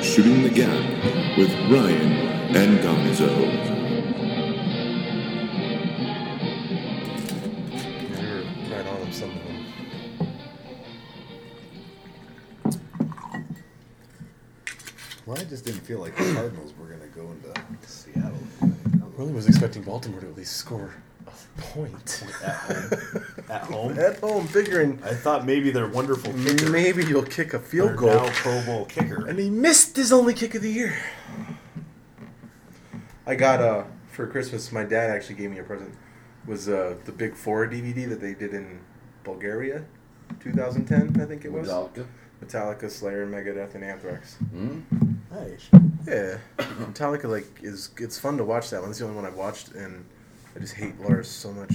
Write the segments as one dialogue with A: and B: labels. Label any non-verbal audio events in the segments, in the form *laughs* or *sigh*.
A: Shooting the Gap with Ryan and Gonzo.
B: You're right on with some of them.
C: Well, I just didn't feel like the Cardinals were going to go into Seattle.
B: Really was expecting Baltimore to at least score a point
D: At home. At home.
B: at home, figuring
D: I thought maybe their wonderful kicker,
B: maybe you'll kick a
D: their
B: field goal,
D: now Pro Bowl kicker.
B: and he missed his only kick of the year. I got uh for Christmas. My dad actually gave me a present. Was uh the Big Four DVD that they did in Bulgaria, 2010, I think it was. Metallica, Slayer, Megadeth, and Anthrax.
D: Nice.
B: Yeah, Metallica like is it's fun to watch that one. It's the only one I've watched, and I just hate Lars so much.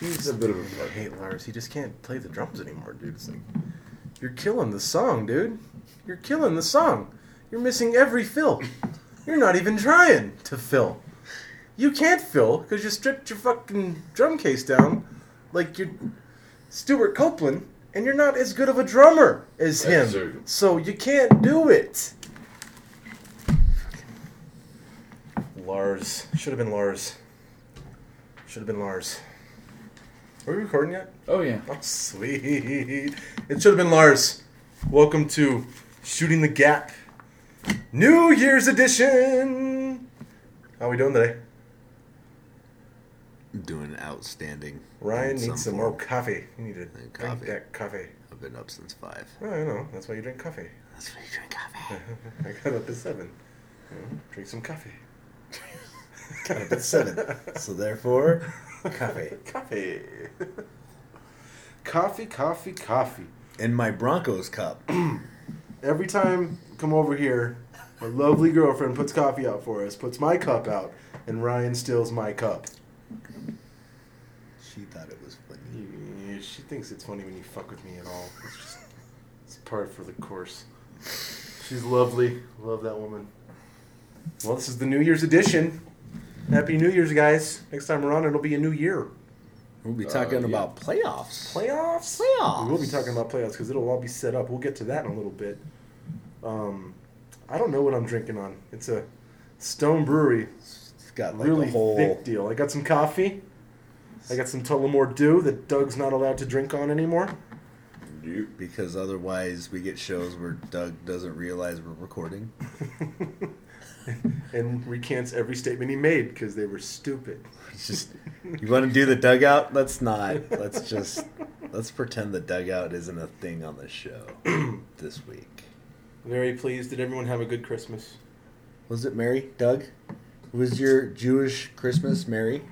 C: He's a bit of a
B: I hate Lars. He just can't play the drums anymore, dude. It's like you're killing the song, dude. You're killing the song. You're missing every fill. You're not even trying to fill. You can't fill because you stripped your fucking drum case down like you're Stuart Copeland, and you're not as good of a drummer as
C: That's
B: him.
C: true.
B: So you can't do it. Lars. Should have been Lars. Should have been Lars. Are we recording yet?
E: Oh yeah.
B: *laughs* Oh, sweet. It should have been Lars. Welcome to Shooting the Gap, New Year's Edition. How we doing today?
C: Doing outstanding.
B: Ryan
C: in
B: needs some
C: form.
B: more coffee. You need to drink
C: coffee.
B: that coffee.
C: I've been up since five.
B: Oh, I know. That's why you drink coffee. *laughs*
C: That's why you drink *laughs* coffee.
B: I got up at seven. You know, drink some coffee.
C: *laughs* Got up
B: *laughs*
C: at seven. *laughs* So therefore, coffee.
B: Coffee. coffee, coffee, coffee.
C: In my Broncos cup.
B: every time I come over here, my lovely girlfriend puts coffee out for us, puts my cup out, and Ryan steals my cup.
C: She thought it was funny.
B: Yeah, She thinks it's funny when you fuck with me at all. It's just it's part for the course. She's lovely. Love that woman. Well, this is the New Year's edition. Happy New Year's, guys. Next time we're on, it'll be a new year.
C: We'll be talking about Uh, playoffs.
B: Playoffs?
C: Playoffs.
B: We will be talking about playoffs because it'll all be set up. We'll get to that in a little bit. Um, I don't know what I'm drinking on. It's a Stone Brewery,
C: It's got like
B: really
C: a whole.
B: thick deal. I got some coffee. I got some Tullamore Dew that Doug's not allowed to drink on anymore. *laughs*
C: Because otherwise, we get shows where Doug doesn't realize we're recording.
B: and recants every statement he made because they were stupid.
C: It's just you want to do the dugout? Let's not. Let's just let's pretend the dugout isn't a thing on the
B: *clears throat*
C: show this week.
B: Very pleased. Did everyone have a good Christmas?
C: Was it Mary? Doug? Was your Jewish Christmas Mary?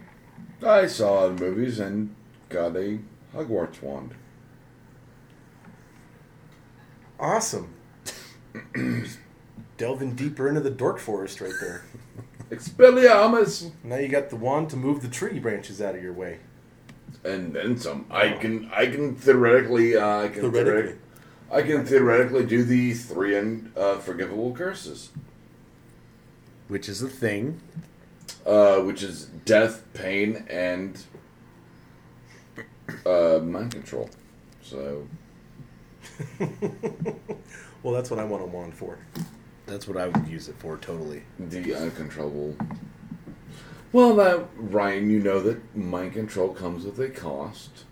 E: I saw the movies and got a Hogwarts wand.
B: Awesome. Just Delving deeper into the dork forest right there.
E: Expelliarmus.
B: Now you got the wand to move the tree branches out of your way.
E: And then some. I can. I can theoretically. Uh, I can
B: Theoretically.
E: Oh. theoretically. I can theoretically do the three unforgivable curses,
C: Which is a thing.
E: uh, which is death, pain, and uh, mind control. So
B: Well, that's what I want a wand for.
C: That's what I would use it for totally.
E: the uncontrollable. Well, now Ryan, you know that mind control comes with a cost.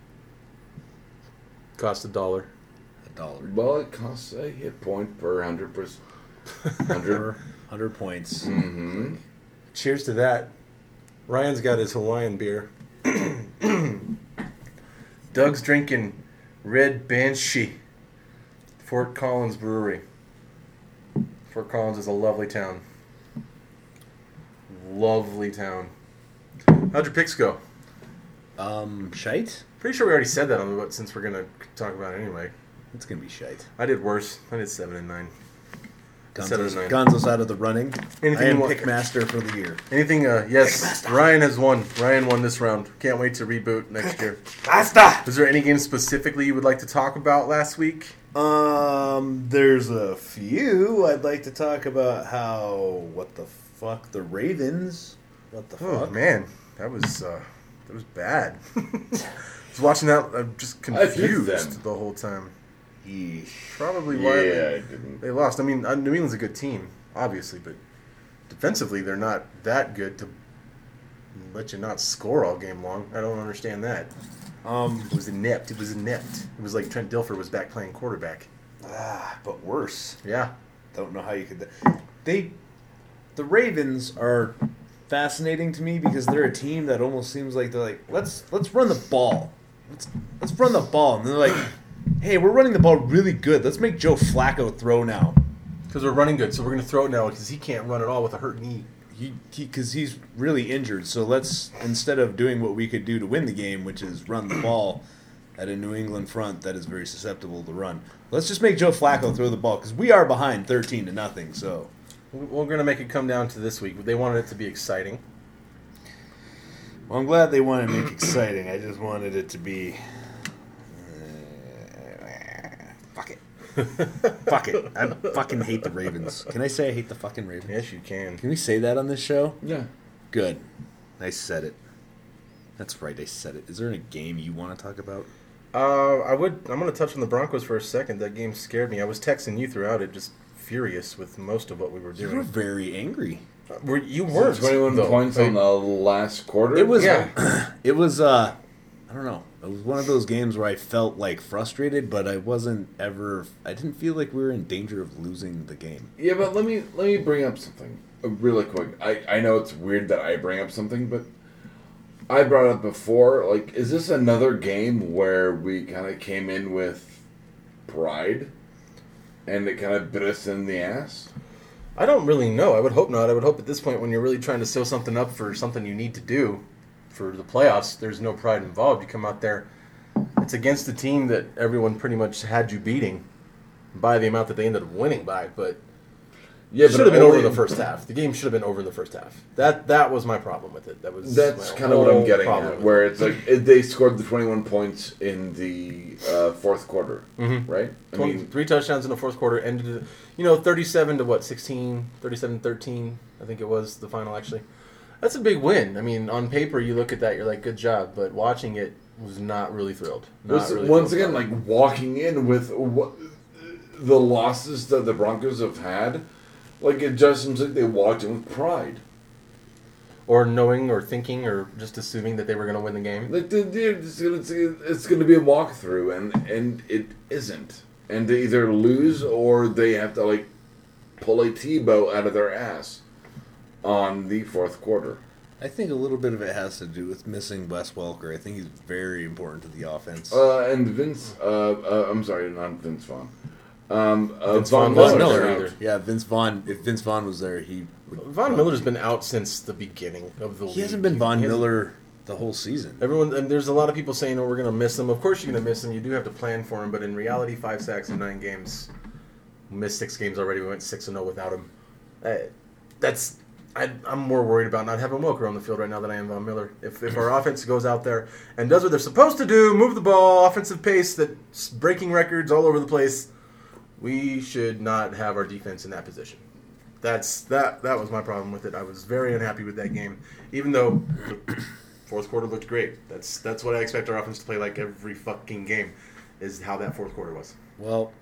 B: Cost a dollar.
C: A dollar.
E: Well, it costs a hit point per hundred percent.
B: *laughs*
E: Hundred.
C: Hundred points.
E: mm-hmm.
B: Cheers to that. Ryan's got his Hawaiian beer. *coughs* Doug's drinking Red Banshee, Fort Collins Brewery. Fort Collins is a lovely town. Lovely town. How'd your picks go?
C: Um shite?
B: Pretty sure we already said that, on the- but since we're gonna talk about it anyway,
C: It's gonna be shite.
B: I did worse. I did seven and nine. Seven
C: Gonzo's,
B: and nine.
C: Gonzo's out of the running.
B: Anything
C: I
B: you
C: am
B: want.
C: pick master for the year.
B: Anything? Uh, yes. Ryan has won. Ryan won this round. Can't wait to reboot next year.
C: Basta!
B: Was there any game specifically you would like to talk about last week?
C: Um, there's a few. I'd like to talk about how what the fuck the Ravens. What the
B: Oh
C: fuck?
B: man, that was uh, that was bad. I was watching that. I'm *laughs* just
E: I picked
B: confused
E: them.
B: the whole time. Probably
E: Yeah,
B: why
E: I
B: they,
E: didn't.
B: they lost. I mean, uh, New England's a good team, obviously, but defensively, they're not that good to let you not score all game long. I don't understand that.
C: Um,
B: It was inept. It was inept. It was like Trent Dilfer was back playing quarterback.
C: ah, but worse.
B: Yeah.
C: Don't know how you could. They, the Ravens are fascinating to me because they're a team that almost seems like they're like let's let's run the ball, let's let's run the ball, and they're like, hey, we're running the ball really good. Let's make Joe Flacco throw now.
B: Because we're running good, so we're going to throw it now because he can't run at all with a hurt knee.
C: He because he's really injured. So let's instead of doing what we could do to win the game, which is run the ball. At a New England front that is very susceptible to run, let's just make Joe Flacco throw the ball because we are behind thirteen to nothing. So
B: We- We're going to make it come down to this week. They wanted it to be exciting.
C: Well, I'm glad they wanted to make it exciting. I just wanted it to be. uh, Fuck it. Fuck it. I fucking hate the Ravens. Can I say I hate the fucking Ravens?
B: Yes, you can.
C: Can we say that on this show?
E: Yeah.
C: Good. I said it. That's right, I said it. Is there a game you want to talk about?
B: Uh, I would. I'm going to touch on the Broncos for a second. That game scared me. I was texting you throughout it, just furious with most of what we were
C: You were
B: doing.
C: very angry.
B: Uh, Were you weren't
E: Twenty-one
B: though.
E: points
B: I-
E: on the last quarter.
C: It was.
B: Yeah.
C: *clears throat* It was. uh I don't know. It was one of those games where I felt like frustrated, but I wasn't ever. I didn't feel like we were in danger of losing the game.
E: Yeah, but let me let me bring up something uh, really quick. I I know it's weird that I bring up something, but I brought up before. Like, is this another game where we kind of came in with pride, and it kind of bit us in the ass?
B: I don't really know. I would hope not. I would hope at this point, when you're really trying to sew something up for something you need to do for the playoffs, there's no pride involved. You come out there, it's against the team that everyone pretty much had you beating by the amount that they ended up winning by, but
E: Yeah,
B: it should have been over in
E: only-
B: the first half. The game should have been over in the first half. That that was my problem with it. That was
E: That's
B: my
E: kind of what I'm
B: whole
E: getting
B: problem
E: at.
B: with
E: Where it's like it, they scored the 21 points in the uh, fourth quarter, right? I
B: Mm-hmm. Twenty-
E: mean,
B: three touchdowns in the fourth quarter ended it- you know 37 to what 16 37 13 i think it was the final actually that's a big win i mean on paper you look at that you're like good job but watching it was not really thrilled Not
E: was-
B: really
E: once
B: thrilled
E: again,
B: about it.
E: like walking in with what the losses that the Broncos have had, like it just seems like they walked in with pride.
B: or knowing or thinking or just assuming that they were going to win the game
E: Like the, the, it's, gonna- it's, it's going to be a walkthrough, and and it isn't. And they either lose or they have to like pull a Tebow out of their ass on the fourth quarter.
C: I think a little bit of it has to do with missing Wes Welker. I think he's very important to the offense.
E: Uh, and Vince, uh, uh, I'm sorry, not Vince Vaughn. Um, uh,
B: Vince
E: Von,
B: Vaughn wasn't
E: Miller's
B: there
E: out.
B: either.
C: Yeah, Vince Vaughn. If Vince Vaughn was there, he would.
B: von miller's been out since the beginning of the
C: He hasn't
B: league.
C: been Von
B: He hasn't-
C: Miller the whole season.
B: Everyone, and there's a lot of people saying, "Oh, we're going to miss him." Of course, you're going to miss him. You do have to plan for him, but in reality, five sacks in nine games. We missed six games already. We went six and zero without him. Uh, that's I, I'm more worried about not having Wilker on the field right now than I am Von Miller. If, if our offense goes out there and does what they're supposed to do, move the ball, offensive pace that's breaking records all over the place, we should not have our defense in that position. That's that. That was my problem with it. I was very unhappy with that game, even though the fourth quarter looked great. That's that's what I expect our offense to play like every fucking game, is how that fourth quarter was.
C: Well,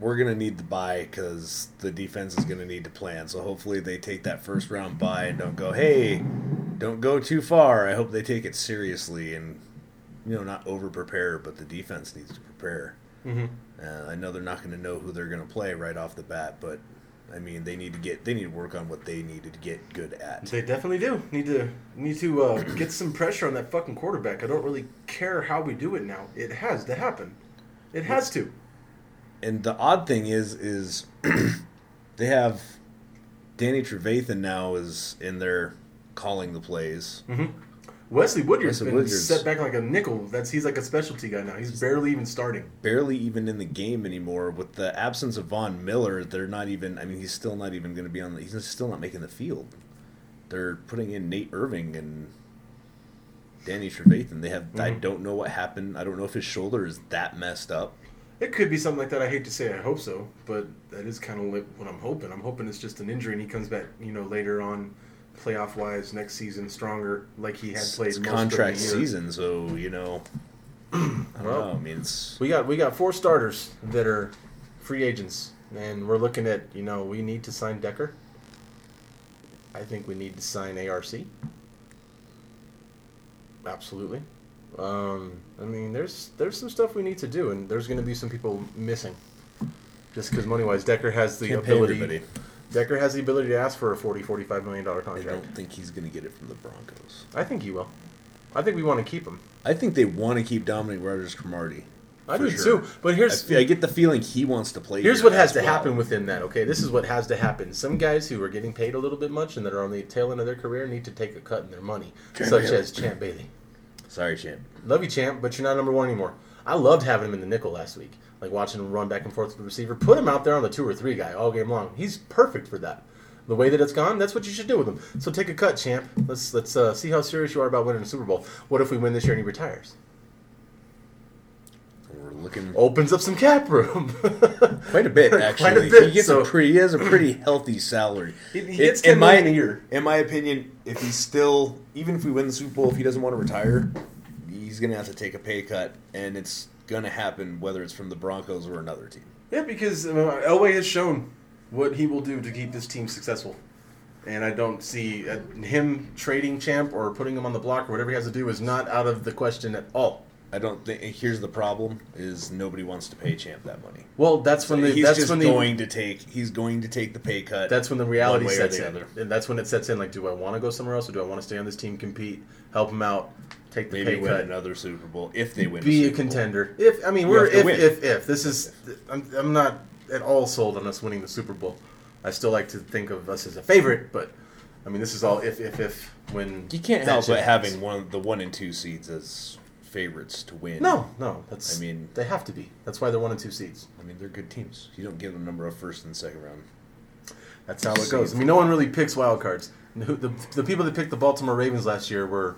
C: we're gonna need the buy because the defense is gonna need to plan. So hopefully they take that first round buy and don't go. Hey, don't go too far. I hope they take it seriously and you know not over prepare, but the defense needs to prepare. Uh, I know they're not going to know who they're going to play right off the bat, but I mean they need to get they need to work on what they need to get good at.
B: They definitely do need to need to uh, get some pressure on that fucking quarterback. I don't really care how we do it now. It has to happen. It has to.
C: And the odd thing is is *clears throat* they have Danny Trevathan now is in there calling the plays.
B: Wesley Woodyard's
C: Wesley
B: been
C: Woodyard's-
B: set back like a nickel. That's he's like a specialty guy now. He's barely even starting.
C: barely even in the game anymore. With the absence of Von Miller, they're not even. I mean, he's still not even going to be on. The, he's still not making the field. They're putting in Nate Irving and Danny Trevathan. They have.
B: Mm-hmm.
C: I don't know what happened. I don't know if his shoulder is that messed up.
B: It could be something like that. I hate to say I hope so, but that is kind of li- what I'm hoping. I'm hoping it's just an injury and he comes back, you know, later on, playoff wise, next season stronger, like he had
C: It's,
B: played
C: it's
B: most
C: contract
B: of the year. *clears throat*
C: season, so you know I don't know. I mean, it's
B: We got we got four starters that are free agents, and we're looking at you know we need to sign Decker. I think we need to sign ARC. Absolutely. Um, I mean, there's there's some stuff we need to do, and there's going to be some people missing. Just because money wise, Decker has the
C: can't pay
B: ability.
C: everybody.
B: Decker has the ability to ask for a 40 $45 million dollar
C: I
B: contract.
C: don't think he's going to get it from the Broncos.
B: I think he will. I think we want to keep him.
C: I think they want to keep Dominic Rogers Cromartie.
B: I
C: For
B: do
C: sure.
B: too. But
C: I,
B: here's
C: feel, I get the feeling he wants to play.
B: Here's
C: here
B: what has
C: as
B: to
C: well.
B: happen within that, okay? This is what has to happen. Some guys who are getting paid a little bit much and that are on the tail end of their career need to take a cut in their money, such as Champ Bailey.
C: Sorry, champ.
B: Love you, Champ, but you're not number one anymore. I loved having him in the nickel last week, like watching him run back and forth with the receiver. Put him out there on the two or three guy all game long. He's perfect for that. The way that it's gone, that's what you should do with him. So take a cut, Champ. Let's let's uh, see how serious you are about winning a Super Bowl. What if we win this year and he retires?
C: We're looking
B: Opens up some cap room.
C: Oh,
B: *laughs*
C: quite a bit actually.
B: Quite a bit,
C: he gets
B: so-
C: a pretty. He has a
B: *clears throat*
C: pretty healthy salary.
B: He- he
C: In-
B: gets
C: in
B: 10
C: my
B: million a year.
C: In my opinion, if he's still, even if we win the Super Bowl, if he doesn't want to retire, he's going to have to take a pay cut, and it's going to happen whether it's from the Broncos or another team.
B: Yeah, because uh, Elway has shown what he will do to keep this team successful. And I don't see uh, him trading Champ or putting him on the block or whatever he has to do is not out of the question at all.
C: I don't think. Here's the problem: is nobody wants to pay Champ that money.
B: Well, that's when the
C: he's
B: that's
C: just
B: when the
C: going to take. He's going to take the pay cut.
B: that's when the reality
C: one way or
B: sets
C: the
B: in,
C: other.
B: and that's when it sets in. Like, do I want to go somewhere else, or do I want to stay on this team, compete, help him out, take the
C: Maybe
B: pay
C: win
B: cut,
C: another Super Bowl if they win.
B: be a
C: Super Bowl.
B: contender? If I mean, we're
C: have to
B: if,
C: win.
B: if if this is, I'm, I'm not at all sold on us winning the Super Bowl. I still like to think of us as a favorite, but I mean, this is all if if if when
C: You can't
B: that
C: help
B: shit
C: but
B: happens.
C: having one the one and two seeds as favorites to win.
B: No, no, that's
C: I mean-
B: they have to be. That's why they're one and two seeds.
C: I mean they're good teams. You don't give them a number of first and second round.
B: That's how it goes. I mean, no one really picks wild cards. Who- The, the people that picked the Baltimore Ravens last year were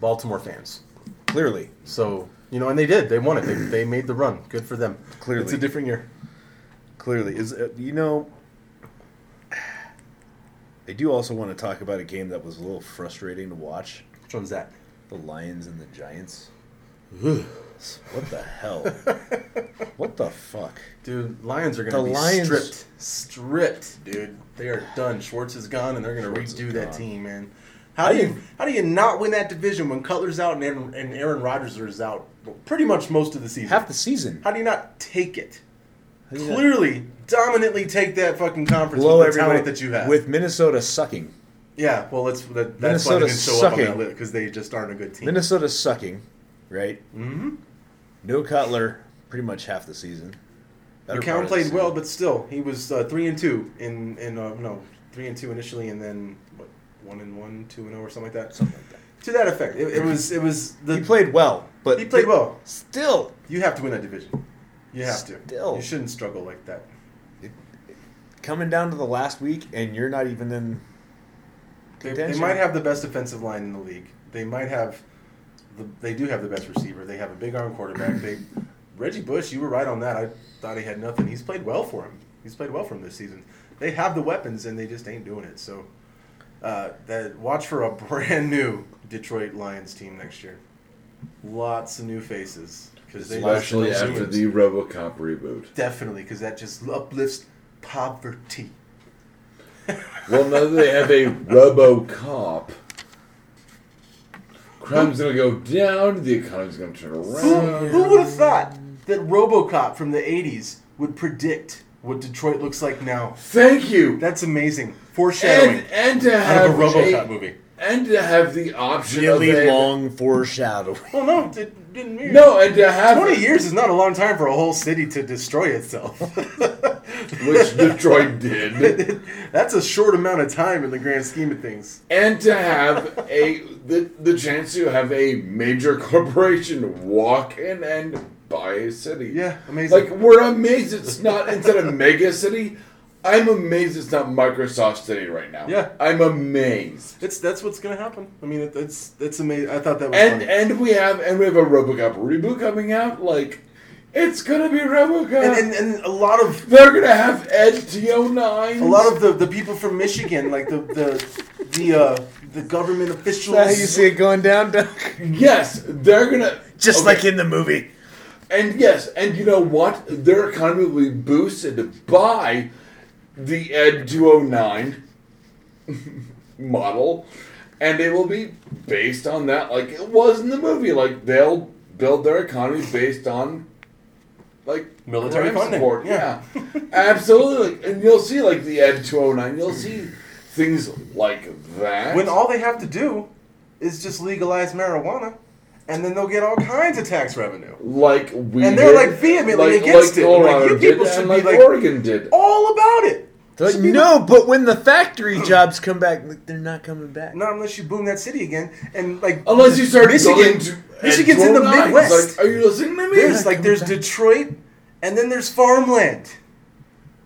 B: Baltimore fans.
C: Clearly,
B: So you know, and they did. They won it. They, they made the run. Good for them.
C: Clearly.
B: it's a different year.
C: clearly is uh, you know. *sighs* I do also want to talk about a game that was a little frustrating to watch:
B: Which one's that?
C: the Lions and the Giants. what the *laughs* hell? what the fuck?
B: Dude, Lions are gonna
C: The
B: be
C: Lions-
B: stripped, stripped, dude. They are done. Schwartz is gone, and they're gonna
C: Schwartz is
B: redo that
C: gone.
B: team, man. How do you how do you not win that division when Cutler's out and Aaron, and Aaron Rodgers is out pretty much most of the season?
C: Half the season.
B: How do you not take it?
C: How do you not
B: Clearly, dominantly take that fucking conference
C: blow
B: with the
C: everybody
B: talent that you have.
C: with Minnesota sucking.
B: yeah, well, that's that, that's why they
C: Minnesota's
B: didn't show up on that
C: sucking.
B: list because they just aren't a good team.
C: Minnesota sucking, right? Mm-hmm. No Cutler, pretty much half the season. Better part
B: McCown
C: of the
B: played
C: season.
B: well, but still, he was uh, three and two in in uh, no three and two initially, and then what one and one, two and zero, or something like that.
C: Something like that.
B: To that effect, it, it was it was the
C: He played well, but
B: He played well.
C: Still,
B: You have to win that division. You have to.
C: Still.
B: you shouldn't struggle like that.
C: coming down to the last week, and you're not even in.
B: They, they
C: Contention.
B: might have the best defensive line in the league. They might have, the, they do have the best receiver. They have a big arm quarterback. They, Reggie Bush, you were right on that. I thought he had nothing. He's played well for him. He's played well for him this season. They have the weapons and they just ain't doing it. So, uh, that watch for a *laughs* brand new Detroit Lions team next year. Lots of new faces because they
E: Especially
B: just-
E: after the RoboCop reboot.
B: definitely because that just uplifts poverty.
E: Well, now that they have a RoboCop, crime's gonna go down. The economy's gonna turn
B: Who,
E: around.
B: who would have thought that RoboCop from the 80s would predict what Detroit looks like now?
E: Thank you.
B: That's amazing. Foreshadowing
E: and and to
B: out
E: have
B: of a RoboCop movie.
E: and to have the option of
C: Really
E: a,
C: long foreshadowing.
B: *laughs* Well, no, it didn't mean
E: No, and to have
B: 20 years is not a long time for a whole city to destroy itself. *laughs*
E: which Detroit did,
B: That's a short amount of time in the grand scheme of things.
E: and to have a the, the chance to have a major corporation walk in and buy a city.
B: Yeah, amazing.
E: Like we're amazed it's not instead of mega city. I'm amazed it's not Microsoft City right now.
B: Yeah.
E: I'm amazed.
B: It's that's what's gonna happen. I mean, it, it's that's amazing. I thought that was
E: And
B: funny.
E: and we have and we have a RoboCop reboot coming out. Like, it's gonna be RoboCop.
B: and, and, and a lot of
E: They're gonna have Ed TO9.
B: A lot of the, the people from Michigan, like the the the uh, the government officials. *laughs*
C: How you see it going down, Doug?
E: yes, they're gonna
C: just
E: Okay.
C: like in the movie.
E: And yes, and you know what? Their economy will be boosted by the Ed 209 *laughs* model, and it will be based on that, like it was in the movie. Like they'll build their economy based on like
B: Military
E: crime
B: funding,
E: support.
B: yeah. *laughs*
E: absolutely. Like, and you'll see like the Ed 209. You'll see things like that.
B: When all they have to do is just legalize marijuana, and then they'll get all kinds of tax revenue.
E: like we
B: And they're,
E: did-
B: like, vehemently against it. Like, you
E: Colorado did
B: people
E: and
B: should be,
E: like,
B: like-
E: Oregon did.
B: All about it.
C: Like, no, but when
B: *clears throat*
C: the factory jobs come back, like, they're not coming back.
B: Not unless you boom that city again, and like
E: Unless you start going
B: Michigan.
E: to
B: Michigan's in the
E: Detroit.
B: Midwest.
E: Like, are you listening to me?
B: There's like there's Detroit, and then there's farmland.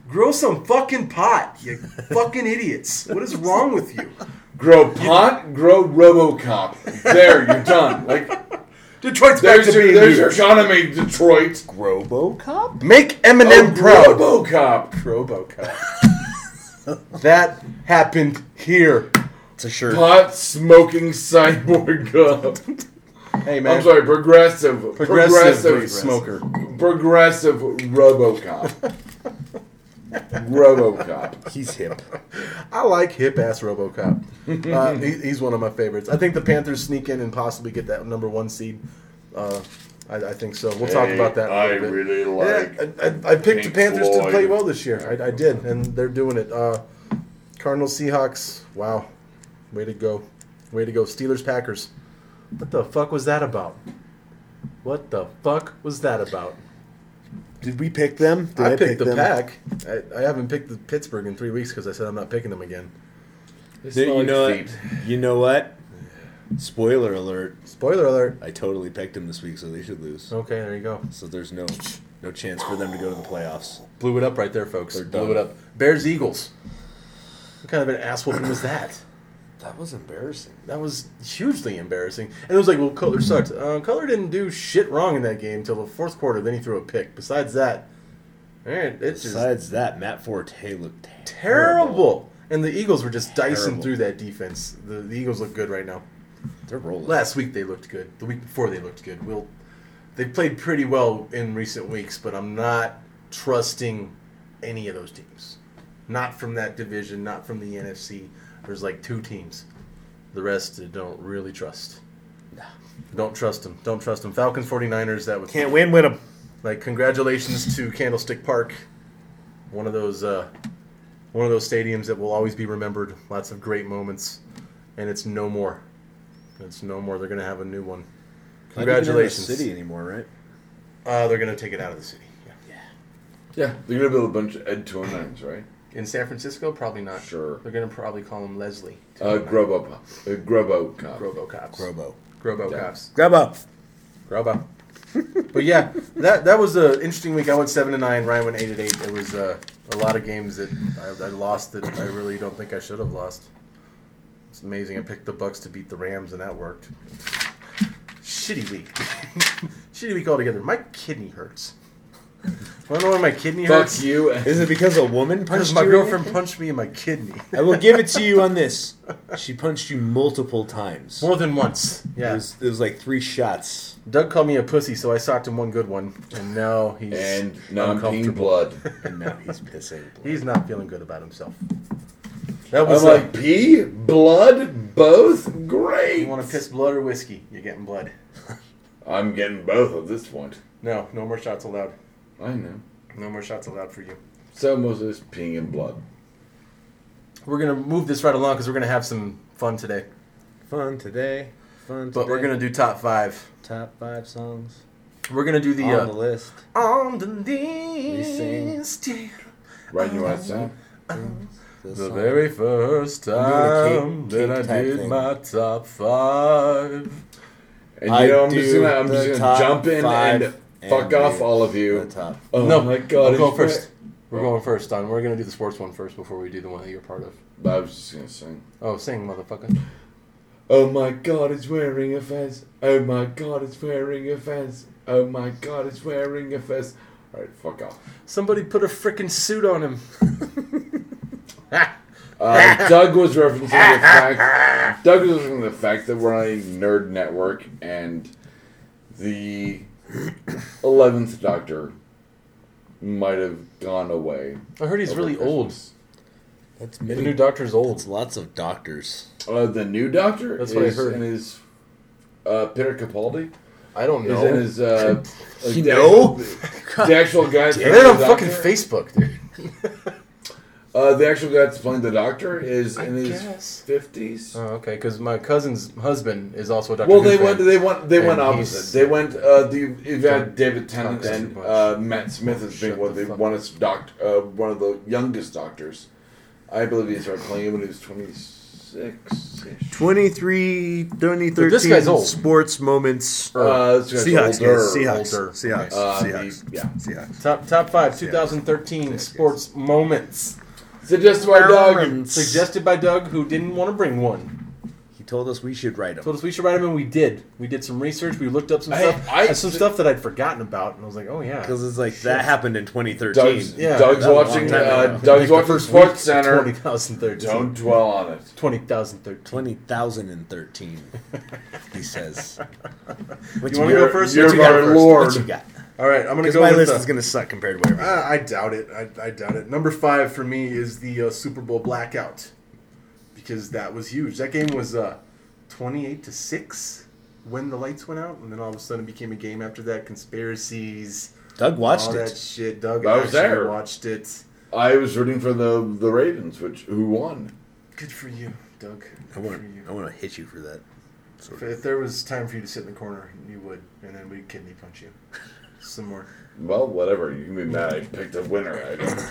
B: Grow some fucking pot,
E: *laughs*
B: you fucking idiots! What is wrong with you?
E: grow pot, grow RoboCop. There, you're done. Like
B: Detroit's back
E: there's
B: to
E: your
B: being
E: there's your
B: weird.
E: economy, Detroit.
C: RoboCop?
B: Make Eminem
E: Oh,
B: proud.
E: RoboCop.
B: RoboCop. that happened here.
C: It's a shirt.
E: Pot smoking cyborg cop.
B: Hey man,
E: I'm sorry, progressive,
B: Progressive,
E: progressive
B: smoker.
E: progressive RoboCop. RoboCop.
C: He's hip.
B: I like hip ass
E: *laughs*
B: RoboCop. Uh, he, he's one of my favorites. I think the Panthers sneak in and possibly get that number one seed. Uh, I, I think so. We'll talk
E: Hey,
B: about that. in a
E: I
B: little bit.
E: really like.
B: Yeah, I, I, I picked the
E: Pink
B: Panthers to
E: Floyd.
B: play well this year. I, I did, and they're doing it. Uh, Cardinals, Seahawks. Wow, way to go, way to go. Steelers, Packers. What the fuck was that about? What the fuck was that about?
C: Did we pick them? Did
B: I, picked
C: pick
B: the pack. I, I haven't picked the Pittsburgh in three weeks because I said I'm not picking them again.
C: Dude, you,
E: Like
C: know
E: feet.
C: what? you know what? Spoiler alert.
B: Spoiler alert.
C: I totally picked them this week, so they should lose.
B: Okay, there you go.
C: So there's no no chance for them to go to the playoffs.
B: Blew it up right there, folks.
C: They're
B: Blew
C: done.
B: it up. Bears, Eagles. What kind of an ass whooping was that?
C: That was embarrassing.
B: That was hugely embarrassing. And it was like, well, Cutler sucked. Uh, Cutler didn't do shit wrong in that game until the fourth quarter. Then he threw a pick. Besides that, man, it's just terrible.
C: Besides that, Matt Forte looked terrible.
B: And the Eagles were just dicing
C: Terrible.
B: through that defense. The, the Eagles look good right now.
C: They're rolling.
B: Last week they looked good. The week before they looked good. We'll, they played pretty well in recent weeks, but I'm not trusting any of those teams. Not from that division. Not from the NFC. There's like two teams. The rest I don't really trust. Don't trust them. Don't trust them. Falcons 49ers. That was
C: Can't win with them.
B: like congratulations to Candlestick Park, one of those uh, one of those stadiums that will always be remembered. Lots of great moments, and it's no more. It's no more. They're gonna have a new one. Congratulations.
C: City anymore, right?
B: Uh, they're gonna take it out of the city. Yeah.
E: Yeah, they're gonna build a bunch of Ed 209s, right?
B: In San Francisco, probably not.
E: Sure.
B: They're gonna probably call him Leslie.
E: Uh, Grobo, uh, Grobo Cop.
B: Grobo cops.
C: Robo.
B: Grobo
E: Yeah.
B: cops.
C: Grab up.
B: Grobo. but yeah, that that was an interesting week. I went seven to nine. Ryan went eight and eight. It was uh, a lot of games that I, I lost that I really don't think I should have lost. It's amazing. I picked the Bucks to beat the Rams, and that worked. Shitty week. *laughs* Shitty week altogether. My kidney hurts. Want to know why my kidney
E: Fuck
B: hurts?
C: *laughs*
E: you.
C: Is it because a woman
B: Because
C: punched
B: my
C: you?
B: girlfriend punched me in my kidney
C: I will give it to you on this. She punched you multiple times.
B: more than once.
C: It,
B: Yeah.
C: was, it was like three shots.
B: Doug called me a pussy, so I socked him one good one, and now he's
E: And non peeing
B: uncomfortable.
C: *laughs*
E: blood.
C: And now he's pissing.
B: He's not feeling good about himself. That
E: I'm
B: was
E: like,
B: like,
E: pee, blood, both? Great.
B: you want to piss blood or whiskey? You're getting blood.
E: I'm getting both at this point.
B: No, no more shots allowed.
E: I know.
B: No more shots allowed for you.
E: So most of this peeing in blood.
B: We're gonna move this right along because we're gonna have some fun today.
C: Fun today. Fun today.
B: But we're gonna do top five.
C: Top five songs
B: We're gonna do the
C: on
B: uh,
C: the list.
B: on the list.
E: Right in your outside.
C: This
B: The
C: song.
B: very first
C: I'm doing
B: time
C: a
B: that I
C: cake- cake type
B: did
C: thing.
B: my top five.
E: And
C: I
E: you know, I'm just
C: do
E: gonna, I'm
C: the
E: just gonna
C: top
E: jump in
C: five
E: and fuck off
C: the-
E: all of
C: the
E: you.
C: top.
E: Oh
B: no,
E: my god,
B: we're going
E: it's-
B: first. We're going first, Don. We're gonna do the sports one first before we do the one that you're part of.
E: I was just gonna sing.
B: Oh, sing, motherfucker.
E: Oh my god, it's wearing a vest. Oh my god, it's wearing a vest. Oh my god, it's wearing a vest. Alright, fuck off.
B: Somebody put a frickin' suit on him.
E: Uh, Doug was referencing the fact. Doug was referencing the fact that we're on a nerd network, and the eleventh Doctor might have gone away.
B: I heard he's
E: over
B: really old.
E: Christmas.
F: That's
B: The
F: many.
B: new doctor's
F: That's
B: old.
F: lots of doctors.
E: Uh, the new Doctor
B: That's
E: is
B: what I heard.
E: in his uh, Peter Capaldi
B: I don't
E: is in
B: know. *laughs*
E: his uh,
F: You
E: the
F: know?
E: actual, the actual guy.
B: They're on fucking Facebook, dude.
E: Uh, the actual guy that's playing the Doctor is in his
B: guess.
E: fifties.
B: Oh, okay, because my cousin's husband is also a doctor.
E: Well,
B: Who
E: they
B: fan.
E: went. They went. They
B: And
E: went
B: he's-
E: opposite. They went. Uh, the you've had David Tennant
B: Talks too
E: and
B: much.
E: uh, Matt Smith has been
B: Shut
E: one.
B: the
E: They
B: fuck
E: one is doc. Uh, one of the youngest doctors. I believe he started playing him when he was twenty six.
F: 23, 2013
B: But this guy's old.
F: sports moments.
E: Uh, this guy's
F: Seahawks,
E: older.
F: guys. Seahawks.
B: Older.
F: Seahawks.
E: Uh, the-
F: Seahawks.
E: yeah.
F: Seahawks.
B: top top five 2013 sports moments
E: Suggested by Doug.
F: Aaron.
B: suggested by Doug, who didn't want to bring one.
F: He told us we should write them.
B: Told us we should write him, and we did. We did some research. We looked up some
E: I-
B: stuff,
E: I-
B: some stuff that I'd forgotten about, and I was like, oh yeah.
F: Because it's like, that happened in 2013.
E: Doug's,
B: Yeah,
E: Doug's
F: that was a
E: watching.
F: long time
E: Uh,
F: ago.
E: Doug's watching Sports Center.
B: 2013.
E: Don't dwell on it.
B: 20,013.
F: 20,013, he
E: *laughs*
F: says. What
B: You wanna
F: got
B: go
E: You're,
B: first?
E: you're
B: What
F: What you got
B: you
E: my
F: first?
E: lord.
F: What you got?
B: All right, I'm gonna
F: Because
B: go
F: my
B: with
F: list
B: the-
F: is going to suck compared to whatever.
B: Uh, I doubt it. I, I doubt it. Number five for me is the uh, Super Bowl blackout because that was huge. That game was uh, twenty-eight to six when the lights went out, and then all of a sudden it became a game after that. Conspiracies,
F: Doug watched
E: Oh,
B: all that
F: it.
B: shit. Doug
E: I was
B: actually
E: there.
B: watched it.
E: I was rooting for the the Ravens, which who won?
B: Good for you, Doug.
F: I
B: Good
F: want,
B: for you.
F: I want to hit you for that.
B: If, if there was time for you to sit in the corner, you would, and then we'd kidney punch
F: *laughs*
B: you some more.
E: Well, whatever. You can be mad. I picked a winner. I don't.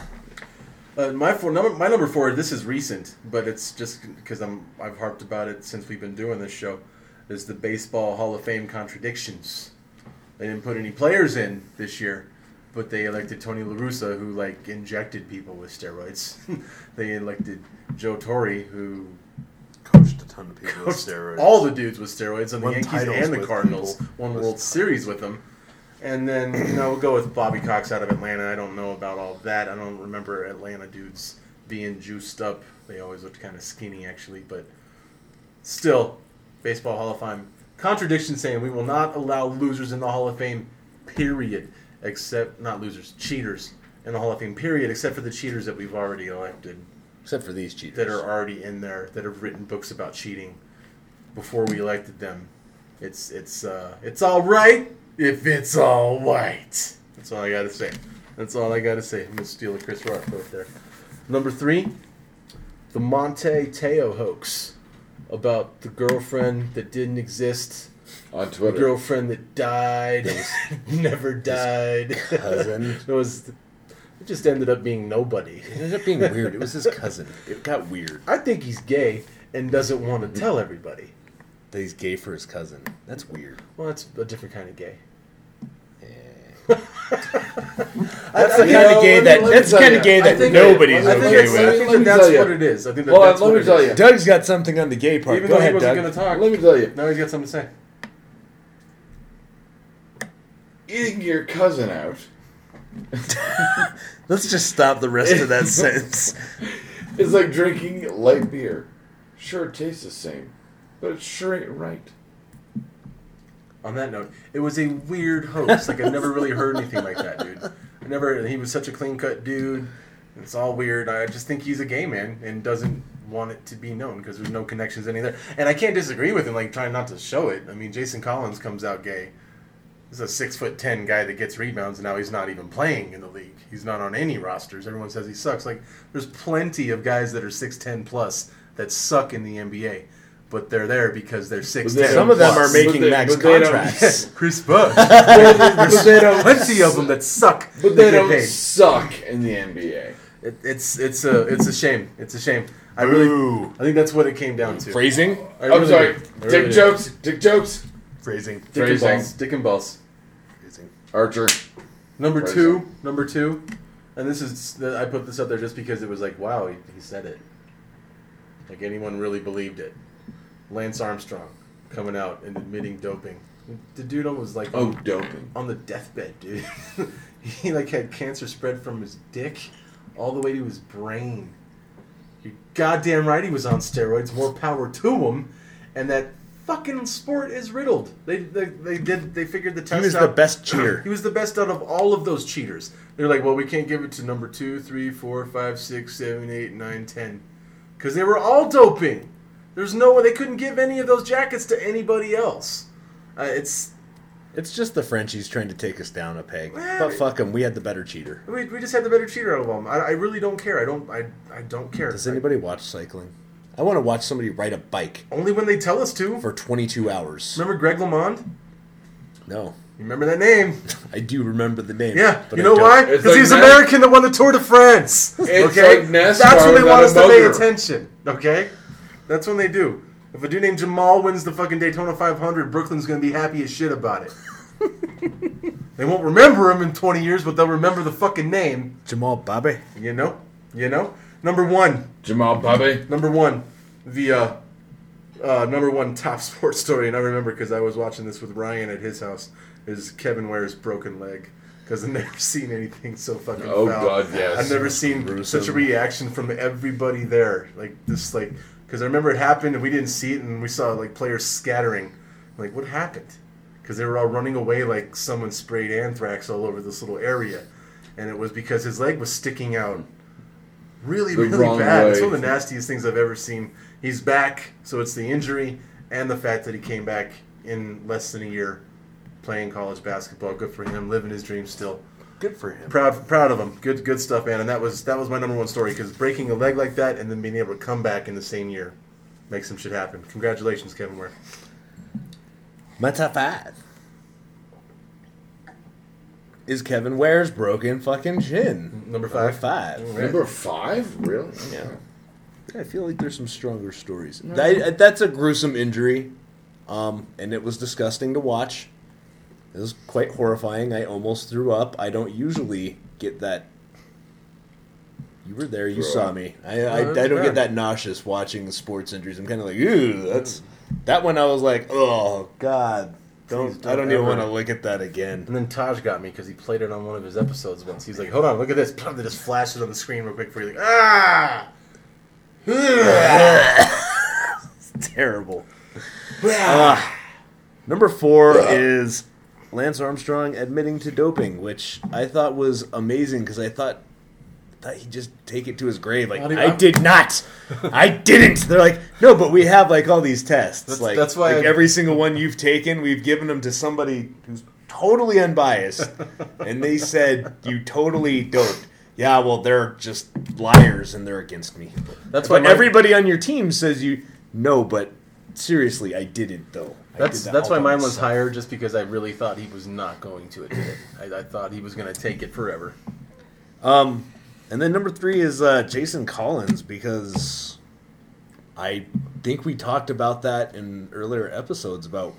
B: Uh, my four, number, my number four. This is recent, but it's just because I'm I've harped about it since we've been doing this show. Is the baseball Hall of Fame contradictions? They didn't put any players in this year, but they elected Tony La Russa, who like injected people with steroids. *laughs* they elected Joe Torre, who
F: Coached a ton of people
B: coached all the dudes with steroids on the
F: Won
B: Yankees
F: titles
B: and the
F: with
B: Cardinals.
F: people
B: Won
F: with-
B: World Series with them. And then, you know, we'll go with Bobby Cox out of Atlanta. I don't know about all of that. I don't remember Atlanta dudes being juiced up. They always looked kind of skinny, actually. But still, Baseball Hall of Fame. Contradiction saying we will not allow losers in the Hall of Fame, period. Except, not losers, cheaters in the Hall of Fame, period, except for the cheaters that we've already elected
F: Except for these cheaters.
B: that are already in there that have written books about cheating before we elected them. It's it's uh, it's all right if it's all white. That's all I gotta say. That's all I gotta say. I'm gonna steal a Chris Rock quote there. Number three, the Monte Teo hoax about the girlfriend that didn't exist,
E: On
B: the
E: Twitter.
B: girlfriend that died, *laughs* never died.
F: cousin.
B: *laughs* it was. It just ended up being nobody.
F: It ended up being weird. It was his cousin. *laughs* It got weird.
B: I think he's gay and doesn't want to tell everybody.
F: That he's gay for his cousin. That's weird.
B: Well, that's a different kind of gay.
F: That's
B: *laughs*
E: the kinda gay that- that's the kinda gay that nobody's
B: I think,
E: okay
B: that's,
E: with.
B: I
E: Let
B: think
E: me
B: that that's
E: tell ya.
B: what it is. I think that
E: Well,
B: that's
E: let
B: what
E: me
B: it
E: tell
B: is.
E: ya.
F: Doug's got something on the gay part.
B: Even
F: Go
B: though he
F: ahead,
B: wasn't
F: Doug.
B: going to talk,
E: Let me tell you,
B: now he's got something to say.
E: eating your cousin out
F: Let's just stop the rest of
B: *laughs*
F: that sentence.
E: is like drinking light beer. Sure, it tastes the same, but it sure ain't right.
B: On that note, it was a weird hoax. Like I've never really heard anything like that, dude. I never. He was such a clean cut dude. It's all weird. I just think he's a gay man and doesn't want it to be known because there's no connections any there. And I can't disagree with him. Like trying not to show it. I mean, Jason Collins comes out gay. He's a six foot ten guy that gets rebounds, and now he's not even playing in the league. He's not on any rosters. Everyone says he sucks. Like there's plenty of guys that are six ten plus that suck in the NBA, but they're there because they're six ten.
F: Some of them are
E: Plus,
F: making
E: but they-
F: max
E: but they don't-
F: contracts.
B: Chris *laughs* Buck.
E: but they don't.
B: plenty of them that suck.
E: *laughs* But
B: that
E: um,
B: get
E: they
B: *laughs*
E: don't
B: paid.
E: suck in the NBA.
B: It, it's it's a it's a shame. It's a shame. I really
F: Boo.
B: I think that's what it came down to.
F: Phrasing?
B: I
E: I'm
B: really
E: sorry.
B: do. I
E: Dick
B: really do.
E: jokes. Dick jokes.
F: Phrasing.
B: Dick and
E: Phrasing.
B: balls. Dick and balls.
F: Phrasing.
E: Archer.
B: Number
E: Phrasing.
B: two. Number two. And this is I put this up there just because it was like wow he, he said it. Like anyone really believed it. Lance Armstrong coming out and admitting doping. The dude was like
E: Oh, doping.
B: on the deathbed, dude. *laughs* he like had cancer spread from his dick all the way to his brain. You're goddamn right he was on steroids. More power to him. And that fucking sport is riddled. They they, they did they figured the test
C: He was
B: out.
C: the best
B: *clears throat*
C: cheater.
B: He was the best out of all of those cheaters. They're like, well, we can't give it to number two, three, four, five, six, seven, eight, nine, ten, because they were all doping. There's no way they couldn't give any of those jackets to anybody else. Uh, it's
C: It's just the Frenchies trying to take us down a peg.
B: Well,
C: But
B: it-
C: fuck them, we had the better cheater.
B: we, we just had the better cheater out of them. I, I really don't care. I don't I, I don't care.
C: Does anybody watch cycling? I want to watch somebody ride a bike
B: Only when they tell us to.
C: for 22 hours.
B: Remember Greg LeMond?
C: No,
B: You remember that
C: *laughs*
B: name?
C: I do remember the name.
B: Yeah.
C: but
B: you
C: I
B: know
C: don't.
B: why?
E: It's
B: Because
E: like
B: he's
E: that-
B: American that won the Tour de France.
E: It's
B: okay,
E: like NASCAR
B: that's when they want
E: without a
B: us to pay
E: motor.
B: attention. Okay, that's when they do. If a dude named Jamal wins the fucking Daytona 500, Brooklyn's gonna be happy as shit about it.
C: *laughs*
B: they won't remember him in 20 years, but they'll remember the fucking name.
C: Jamal Bobby.
B: You know, you know. Number one,
E: Jamal Bobby.
B: number one, the uh, uh, number one top *laughs* sports story, and I remember because I was watching this with Ryan at his house. Is Kevin Ware's broken leg? Because I've *laughs* never seen anything so fucking.
E: Oh,
B: foul.
E: God, yes.
B: I've never seen such a reaction from everybody there. Like this, like because I remember it happened and we didn't see it, and we saw like players scattering. Like what happened? Because they were all running away like someone sprayed anthrax all over this little area, and it was because his leg was sticking out really,
E: The
B: really
E: wrong
B: bad. It's
E: way.
B: one of the nastiest things I've ever seen. He's back, so it's the injury and the fact that he came back in less than a year playing college basketball. Good for him, living his dream still.
F: Good for him.
B: Proud, proud of him. Good, good stuff, man. And that was that was my number one story because breaking a leg like that and then being able to come back in the same year, make some shit happen. Congratulations, Kevin Ware.
C: My top five is Kevin Ware's broken fucking shin.
B: Number five.
C: five.
E: Number five? Really?
C: Yeah. I feel like there's some stronger stories. I- I- that's a gruesome injury, um, and it was disgusting to watch. It was quite horrifying. I almost threw up. I don't usually get that. You were there. You
E: Throw
C: saw
E: up.
C: me. I, I, I
B: that's
C: don't
B: bad.
C: get that nauseous watching sports injuries. I'm kind of like, ooh, that's that one. I was like, oh god, don't.
B: Please
C: I
B: don't
C: don't even
B: ever.
C: want to look at that again.
B: And then Taj got me because he played it on one of his episodes once. He's like, "Hold on, look at this." They just flashed it on the screen real quick for you. Like, ah.
C: *laughs* Terrible. Ah. number four is Lance Armstrong admitting to doping, which I thought was amazing because I thought thought he'd just take it to his grave. Like
B: Not even-
C: I did not, I didn't. They're like, no, but we have like all these tests.
B: That's-
C: like
B: that's why
C: like,
B: I-
C: every single one you've taken, we've given them to somebody who's totally unbiased, and they said you totally doped. Yeah, well, they're just liars and they're against me.
B: That's
C: But
B: why my-
C: everybody on your team says you no, but seriously, I didn't though. I
B: That's
C: did that
B: that's
C: all
B: why
C: by
B: mine was
C: myself.
B: higher, just because I really thought he was not going to admit it. I, I thought he was going to take it forever.
C: Um, and then number three is uh, Jason Collins because I think we talked about that in earlier episodes about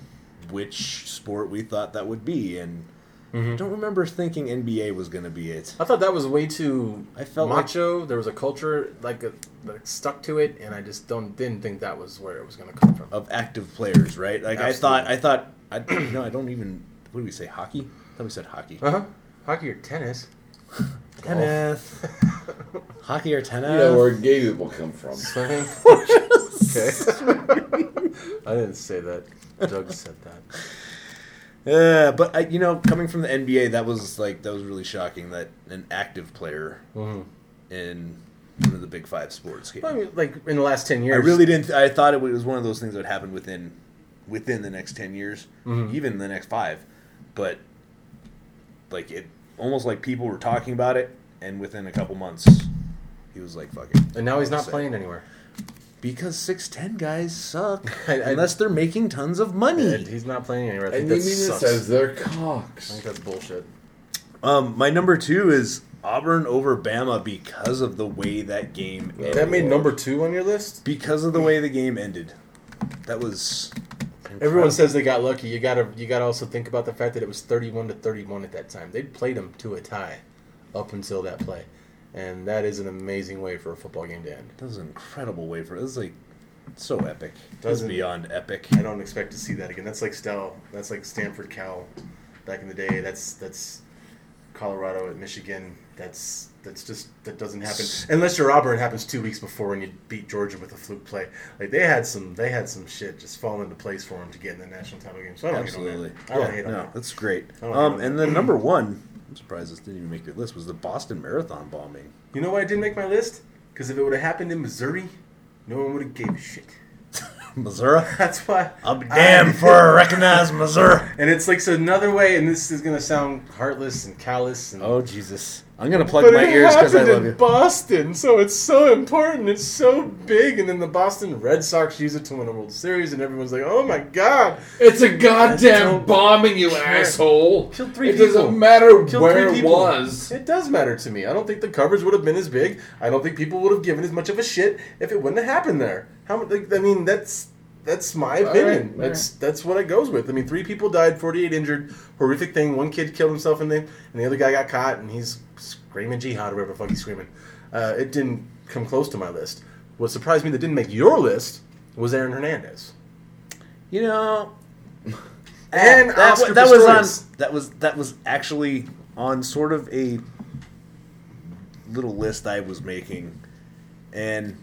C: which sport we thought that would be, and I don't remember thinking NBA was going to be it.
B: I thought that was way too
C: I felt like-
B: macho. there was a culture like a, that stuck to it, and I just don't didn't think that was where it was going to come from.
C: of active players, right? Like
B: Absolutely.
C: I thought, I thought, I no, I don't even. What do we say? Hockey? I thought we said hockey.
B: Uh huh. Hockey or tennis?
C: Tennis. hockey or tennis?
E: Yeah, where gay people come from.
B: *laughs* *laughs* Swimming. okay. I didn't say that. Doug said that.
C: Yeah, but I, you know, coming from the NBA, that was like that was really shocking that an active player Mm-hmm. in one of the big five sports. Came.
B: Well, I mean, like in the last ten
C: I
B: years,
C: really didn't. I thought it was one of those things that would happen within within the next ten years,
B: Mm-hmm.
C: even the next five. But like it, almost like people were talking about it, and within a couple months, he was like, "Fuck it."
B: And now he's not
C: Say.
B: playing anywhere.
C: Because six ten guys suck
B: *laughs* I- I-
C: unless they're making tons of money.
B: And he's not playing anywhere. I think
E: And
B: that
E: you mean
B: sucks.
E: this as their
B: I
E: cocks.
B: think that's bullshit.
C: Um, my number two is Auburn over Bama because of the way that game ended.
B: That made number two on your list.
C: because of the way the game ended. That was
B: Everyone
C: incredible.
B: says they got lucky. You gotta you gotta also think about the fact that it was thirty-one to thirty-one at that time. They'd played them to a tie up until that play, and that is an amazing way for a football game to end.
C: that was an incredible way for it was like so epic. That was
B: Doesn't-
C: beyond epic.
B: I don't expect to see that again. That's like Stell. That's like Stanford Cal back in the day. That's that's Colorado at Michigan. That's that's just that doesn't happen unless you're Auburn. It happens two weeks before when you beat Georgia with a fluke play. Like they had some they had some shit just fall into place for them to get in the national title game. So I don't
C: Absolutely.
B: hate on that. I don't
C: Yeah,
B: hate on
C: no,
B: that.
C: that's great.
B: don't hate on
C: Um, and then number one, I'm surprised this didn't even make your list, was the Boston Marathon bombing. *laughs*
B: You know why I didn't make my list? Because if it would have happened in Missouri, no one would have gave a shit. *laughs*
C: Missouri?
B: That's why
C: I'll
B: *laughs*
C: be damned for I recognize Missouri.
B: And it's like so another way, and this is gonna sound heartless and callous. And,
C: Oh, Jesus. I'm going to plug my ears because I love you.
B: Boston, so it's so important. It's so big, and then the Boston Red Sox use it to win a World Series, and everyone's like, "Oh my God!"
E: It's a
B: don't
E: goddamn bombing, you
B: care.
E: asshole.
B: Killed three
E: it
B: people.
E: doesn't matter
B: Killed
E: where
B: three
E: it
B: people.
E: was.
B: It does matter to me. I don't think the coverage would have been as big. I don't think people would have given as much of a shit if it wouldn't have happened there. How? mu- Like, I mean, that's that's my
E: right,
B: opinion.
E: all
B: that's that's what it goes with. I mean, three people died, forty-eight injured, horrific thing. One kid killed himself, and then and the other guy got caught, and he's screaming jihad or whatever the fuck he's screaming. Uh, it didn't come close to my list. What surprised me that didn't make your list was Aaron Hernandez.
C: You know,
B: And
C: that,
B: Oscar
C: that was
B: Pistorius.
C: on. That was that was actually on sort of a little list I was making, and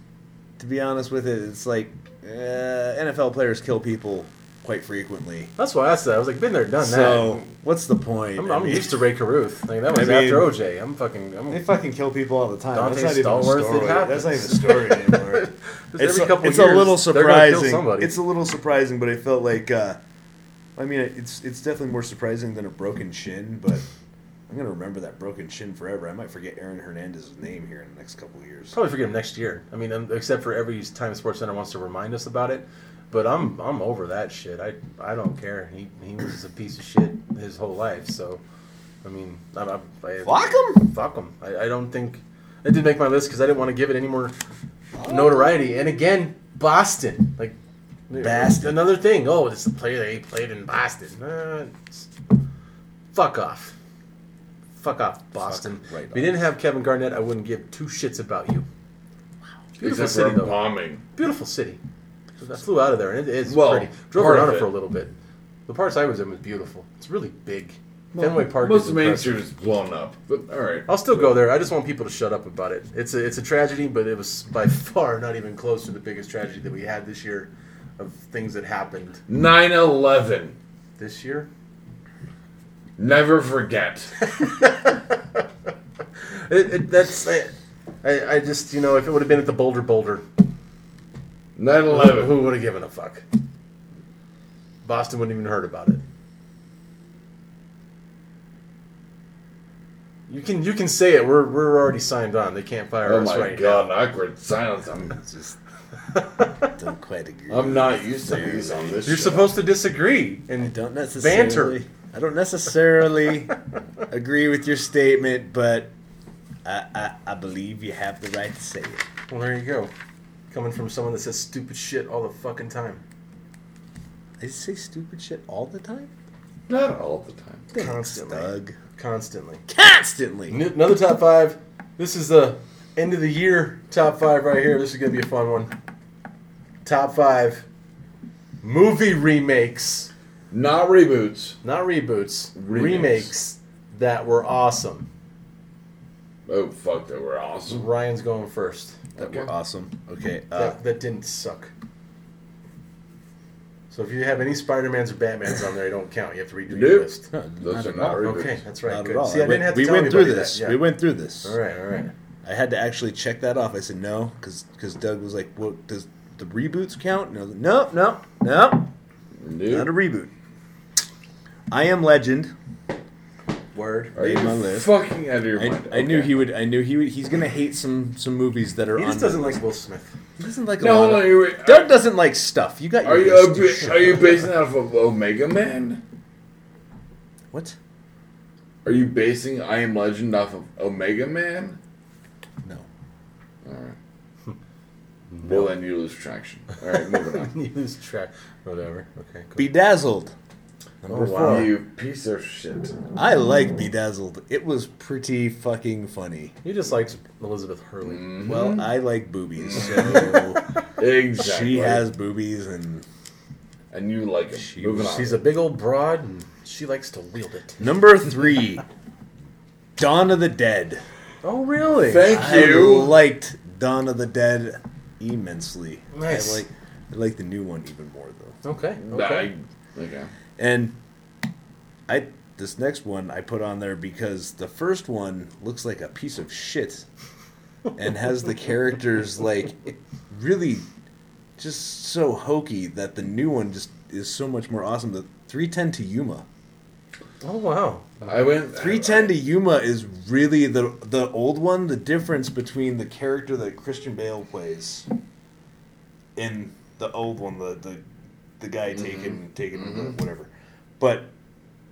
C: to be honest with it, it's like uh, NFL players kill people quite frequently.
B: That's why I said I was like, been there, done
C: So
B: that.
C: what's the point?
B: I'm,
C: I
B: I'm
C: mean,
B: used to Ray Carruth. Like, that was
C: I mean-
B: after OJ. I'm fucking. I'm,
C: They fucking kill people all the time.
B: Dante
C: That's not even a
B: Stallworth, it
C: story.
B: happens.
C: That's not even a story
B: *laughs*
C: anymore.
B: Just
C: it's
B: every
C: a,
B: couple
C: it's
B: years,
C: a little
B: they're gonna kill
C: surprising.
B: somebody.
C: It's a little surprising, but I felt like uh, I mean, it's it's definitely more surprising than a broken shin. But I'm gonna remember that broken shin forever. I might forget Aaron Hernandez's name here in the next couple of years.
B: probably forget him next year. I mean, um, except for every time Sports Center wants to remind us about it. But I'm I'm over that shit. I I don't care. He he was a piece of shit his whole life. So, I mean, I, I, I,
C: Fuck him.
B: fuck him. I, I don't think I did make my list because I didn't want to give it any more notoriety. And again, Boston, like
C: Boston.
B: Another thing. Oh, this is a player they played in Boston. Uh, it's- fuck off. Fuck off, Boston.
C: right
B: if you didn't have Kevin Garnett, I wouldn't give two shits about you. Beautiful
E: Except
B: city,
E: for a
B: though.
E: bombing.
B: Beautiful city. I flew out of there, and it is
E: Well,
B: pretty. Drove
E: part of
B: around it
E: it.
B: for a little bit. The parts I was in was beautiful. It's really big. Fenway Park.
E: Most
B: is
E: of the main
B: impressive. Oh.
E: street is blown up. But all right.
B: I'll still go there. I just want people to shut up about it. It's a it's a tragedy, but it was by *laughs* far not even close to the biggest tragedy that we had this year of things that happened
E: 9/11.
B: this year. *laughs*
E: Never forget.
B: It, it, that's I, I, I just you know if it would have been at the Boulder Boulder,
E: 9/11.
B: who would have given a fuck? Boston wouldn't even heard about it. You can you can say it. We're we're already signed on. They can't fire
E: Oh
B: us
E: my
B: right
E: god, awkward silence. I'm
C: Just don't quite agree.
E: I'm not used to these on this.
B: now. You're
E: show.
B: supposed to disagree and
C: don't necessarily.
B: banter.
C: I don't *laughs* necessarily agree with your statement, but I, I I believe you have the right to say it.
B: Well, there you go. Coming from someone that says stupid shit all the fucking time.
C: I say stupid shit all the time.
E: not all the time.
B: Constantly. Constantly.
C: Constantly.
B: N- Another top five. This is the end of the year top five right here. This is going to be a fun one. Top five movie remakes,
E: Not reboots.
B: not reboots, remakes,
E: Remakes.
B: that were awesome.
E: Oh fuck, they were awesome.
B: Ryan's going first.
C: That were
E: Okay.
C: awesome. Okay. Uh,
B: That, that didn't suck. So if you have any Spider-Mans or Batmans on there, they don't count. You have to redo your
E: Nope.
B: list.
E: Those
C: Not
E: are
C: at
E: not
C: all.
E: reboots.
B: Okay, that's right.
C: not
B: Good.
C: at all.
B: See, I
C: We-
B: didn't have to
C: we
B: tell
C: went through
B: anybody
C: this.
B: That. Yeah.
C: We went through this.
B: All right, all right.
C: I had to actually check that off. I said no, because Doug was like, "Well, does the reboots count?" And I was like, "No, no, no, not a
E: Nope.
C: reboot." I am Legend.
B: Word.
E: Are
C: Made my
E: you
C: list.
E: fucking out of your
C: I,
E: mind?
C: I knew
E: Okay.
C: he would. I knew he would. He's gonna hate some some movies that are.
B: He
C: on-
B: just doesn't like Will Smith. *laughs*
C: He doesn't like. A
E: No,
C: lot
E: no,
C: of-
E: you were-
C: Doug doesn't like stuff. You got.
E: Are you
C: your list,
E: are you-
C: shut
E: are you
C: up.
E: basing it off of Omega Man?
C: What?
E: Are you basing I Am Legend off of Omega Man?
C: No.
E: Alright. Well, then you lose traction. Alright, moving on.
B: you lose track. Whatever. Okay. Cool.
C: Bedazzled. *laughs* Number
B: Oh, wow.
C: four.
E: You piece of shit.
C: I like Bedazzled. It was pretty fucking funny.
B: You just liked Elizabeth Hurley.
C: Well, I like boobies, so
E: Exactly.
C: she has boobies, and
E: And you like him.
C: She-
E: moving on.
B: She's a big old broad, and she likes to wield it.
C: number three, Dawn of the Dead.
B: Oh, really?
E: Thank you.
C: I liked Dawn of the Dead immensely.
B: Nice.
C: I like I like the new one even more though.
B: okay. Okay.
E: I, okay.
C: And I this next one I put on there because the first one looks like a piece of shit and has the characters like really just so hokey that the new one just is so much more awesome. The 310 to Yuma.
B: Oh wow.
E: I went
C: Three ten to Yuma is really the the old one. The difference between the character that Christian Bale plays in the old one, the the, the guy taken taken whatever, but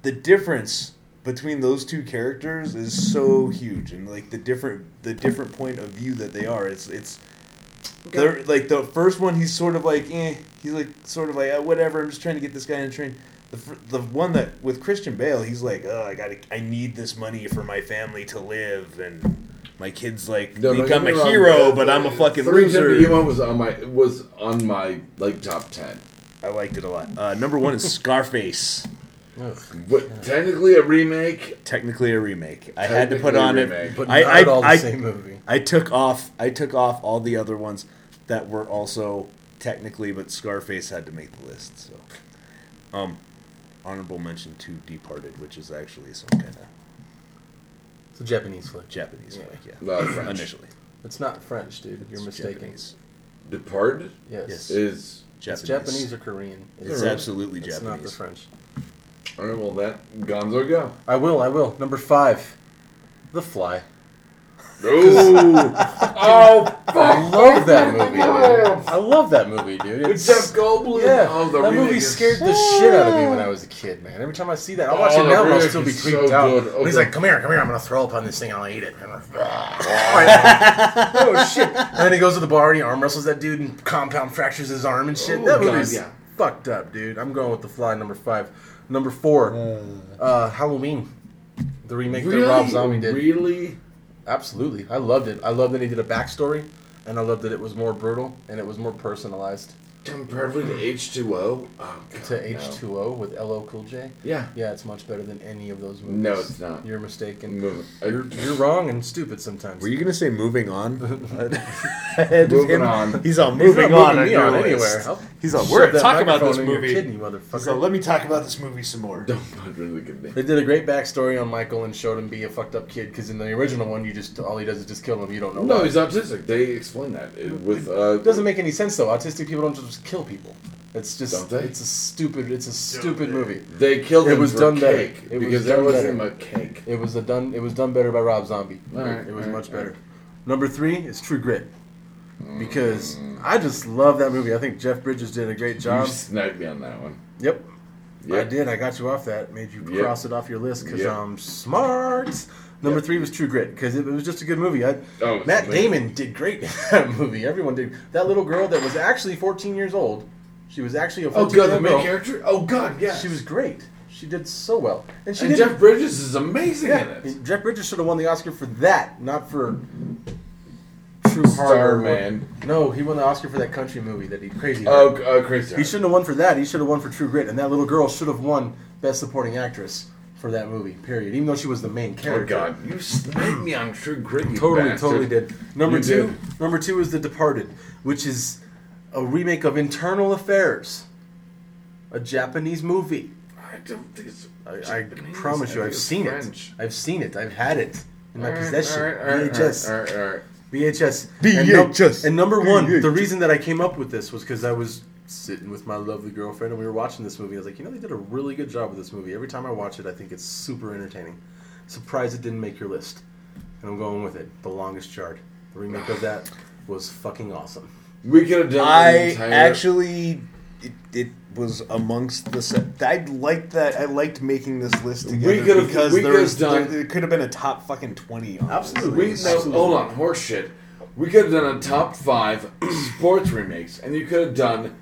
C: the difference between those two characters is so huge, and like the different the different point of view that they are. It's it's they're like the first one. He's sort of like, eh. He's like sort of like "Ah, whatever. I'm just trying to get this guy in the train. The fir- the one that with Christian Bale, he's like, oh, I got to I need this money for my family to live, and my kids like
E: No, don't
C: think
E: get
C: I'm a
E: me wrong,
C: hero,
E: but-
C: but I'm a fucking
E: Three Ten
C: loser.
E: to Yuma was on my was on my like top ten.
C: I liked it a lot. Uh, number one is Scarface.
E: But technically a remake.
C: Technically a remake. I had to put
E: Technically a
C: on
E: remake.
C: it.
E: But
C: I,
B: not
C: I,
B: all the
C: I-
B: same movie.
C: I took off. I took off all the other ones that were also technically, but Scarface had to make the list. So, um, honorable mention to Departed, which is actually some kind of
B: It's a Japanese flick.
C: Japanese
B: Yeah.
C: flick, yeah.
E: No, French.
C: Initially,
B: It's not French, dude. You're
C: It's
B: mistaken.
C: Japanese.
E: Departed
B: Yes.
C: Yes.
E: is
B: It's
C: Japanese.
B: Japanese or Korean.
C: It's absolutely
B: It's not the
C: Japanese.
B: French.
E: all right. Well, that Gonzo go.
B: I will. I will. Number five, The Fly. *laughs*
E: Oh, oh, *laughs*
B: I love that movie. Dude. I love that movie, dude.
E: with
B: It's,
E: Jeff Goldblum.
B: yeah,
E: oh, the
B: that
E: remake
B: movie
E: is-
B: scared the shit out of me when I was a kid, man. Every time I see that, I'll watch
E: Oh,
B: it
E: the
B: now and I'll
E: remake
B: still be
E: is
B: creeped
E: so
B: out.
E: good. Oh,
B: When He's
E: Okay.
B: like, "Come here, come here! I'm gonna throw up on this thing and I'll eat it." And I'm like,
E: *laughs*
B: "Ah." oh shit! And then he goes to the bar and he arm wrestles that dude and compound fractures his arm and shit.
E: Oh,
B: that
E: God,
B: movie's
E: yeah.
B: fucked up, dude. I'm going with The Fly, number five. Number four, uh, Halloween, the remake
E: Really,
B: that Rob Zombie did.
E: really.
B: Absolutely. I loved it. I loved that he did a backstory, and I loved that it was more brutal and it was more personalized
E: Comparably to H two O. Oh, God,
B: to
E: no.
B: H2O with LO Cool J.
E: Yeah.
B: Yeah, it's much better than any of those movies.
E: No, it's not.
B: You're mistaken.
E: Move- I-
B: You're wrong and stupid sometimes.
C: Were you gonna say moving on?
B: *laughs*
C: *laughs* I had
E: Moving
C: him-
E: on.
C: He's on
B: He's
C: moving
B: not
C: on.
B: moving
C: on
B: me
C: your
B: on
C: list.
B: anywhere.
E: *laughs*
B: I'll
C: He's on.
B: shove
C: We're
B: that
C: talking about
B: microphone
C: this
B: in your
C: movie.
B: kidney, motherfucker.
C: So let me talk about this movie some more.
E: Don't put really good name.
B: They did a great backstory on Michael and showed him be a fucked up kid because in the original one, you just all he does is just kill him. You don't know.
E: No,
B: why.
E: he's autistic. They explain that it- with uh,
B: It doesn't make any sense though. Autistic people don't just kill people. It's
E: Don't
B: just
E: they?
B: it's a stupid it's a stupid movie.
E: They killed
B: It
E: him
B: was
E: for
B: done better.
E: cake
B: It was
E: because
B: done
E: that wasn't
B: better.
E: a cake.
B: It was a done. It was done better by Rob Zombie.
E: Alright,
B: it was
E: alright,
B: much better.
E: alright.
B: Number three is True Grit,
E: Mm.
B: because I just love that movie. I think Jeff Bridges did a great
E: You
B: job.
E: sniped me on that one.
B: Yep,
E: Yep.
B: I did. I got you off that. Made you
E: Yep.
B: cross it off your list because
E: Yep.
B: I'm smart. Number three was True Grit because it, it was just a good movie. I,
E: Oh, it's
B: Matt
E: amazing.
B: Damon did great in *laughs* that movie. Everyone did. That little girl that was actually 14 years old, she was actually a
E: Oh
B: 14
E: god, the
B: year
E: main
B: old girl.
E: character. Oh god, yeah.
B: She was great. She did so well, and she
E: And
B: did
E: Jeff Bridges is amazing
B: yeah,
E: in
B: *laughs*
E: it.
B: Jeff Bridges should have won the Oscar for that, not for True Harbor.
E: Starman.
B: No, he won the Oscar for that country movie that he crazy.
E: Oh, g- oh, crazy.
B: He shouldn't have won for that. He should have won for True Grit, and that little girl should have won Best Supporting Actress for that movie. Period. Even though she was the main
E: Oh
B: character.
E: god, you sniped me on True Grit. You
B: Totally,
E: bastard.
B: totally did. Number
E: You
B: two,
E: did.
B: number two is The Departed, which is a remake of Internal Affairs, a Japanese movie.
E: I don't think it's.
B: I, I
E: Japanese.
B: promise you,
E: I think
B: I've
E: it's
B: seen
E: French.
B: it. I've seen it. I've had it in my
E: All right,
B: possession.
E: all right, all right, all right,
B: VHS.
E: all right, all right.
B: VHS. And num-
C: VHS.
B: And number one, the reason that I came up with this was because I was sitting with my lovely girlfriend and we were watching this movie. I was like, you know, they did a really good job with this movie. Every time I watch it, I think it's super entertaining. Surprised it didn't make your list. And I'm going with it. The Longest Yard. The remake of that was fucking awesome.
E: We could have done.
C: I
E: an entire-
C: actually, it, it was amongst the. Set. I liked that. I liked making this list together
E: could have-
C: because
E: we
C: there
E: could have
C: was
E: done-
C: there, there could have been a top fucking twenty. On
B: Absolutely.
E: We oh. no, hold on, horseshit. We could have done a top five *clears throat* sports remakes, and you could have done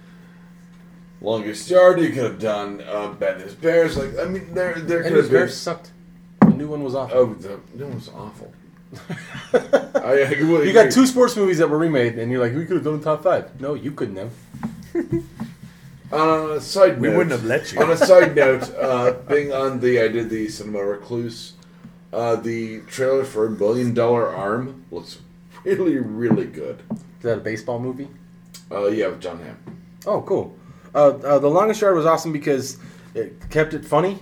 E: longest yard. You could have done uh, Bad News Bears. Like I mean, there there
B: And
E: could
B: his
E: have been.
B: bear sucked. The new one was awful.
E: Oh, the that was awful. I, I will
B: Oh, You got
E: agree.
B: two sports movies that were remade, and you're like, we could have done the top five. No, you couldn't have.
E: On a side note,
C: We wouldn't have let you.
E: On a side note, uh, being on the I did the Cinema Recluse Uh, the trailer for Billion Dollar Arm looks really, really good.
B: Is that a baseball movie?
E: Uh, yeah, with John Hamm.
B: Oh, cool. Uh, uh, the longest yard was awesome because it kept it funny,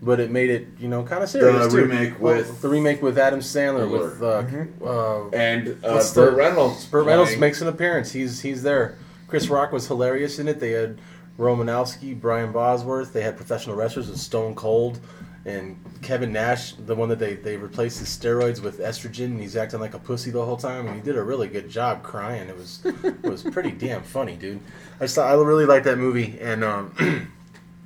B: but it made it you know kind of serious too.
E: remake
B: Well,
E: with-
B: the remake with Adam Sandler with uh, uh,
E: And uh,
B: What's
E: Burt
B: the-
E: Reynolds.
B: Burt Reynolds
E: playing-
B: makes an appearance. He's he's there. Chris Rock was hilarious in it. They had Romanowski, Brian Bosworth. They had professional wrestlers with Stone Cold and Kevin Nash, the one that they, they replaced his steroids with estrogen, and he's acting like a pussy the whole time. And he did a really good job crying. It was it was pretty damn funny, dude. I saw. I really like that movie. And um,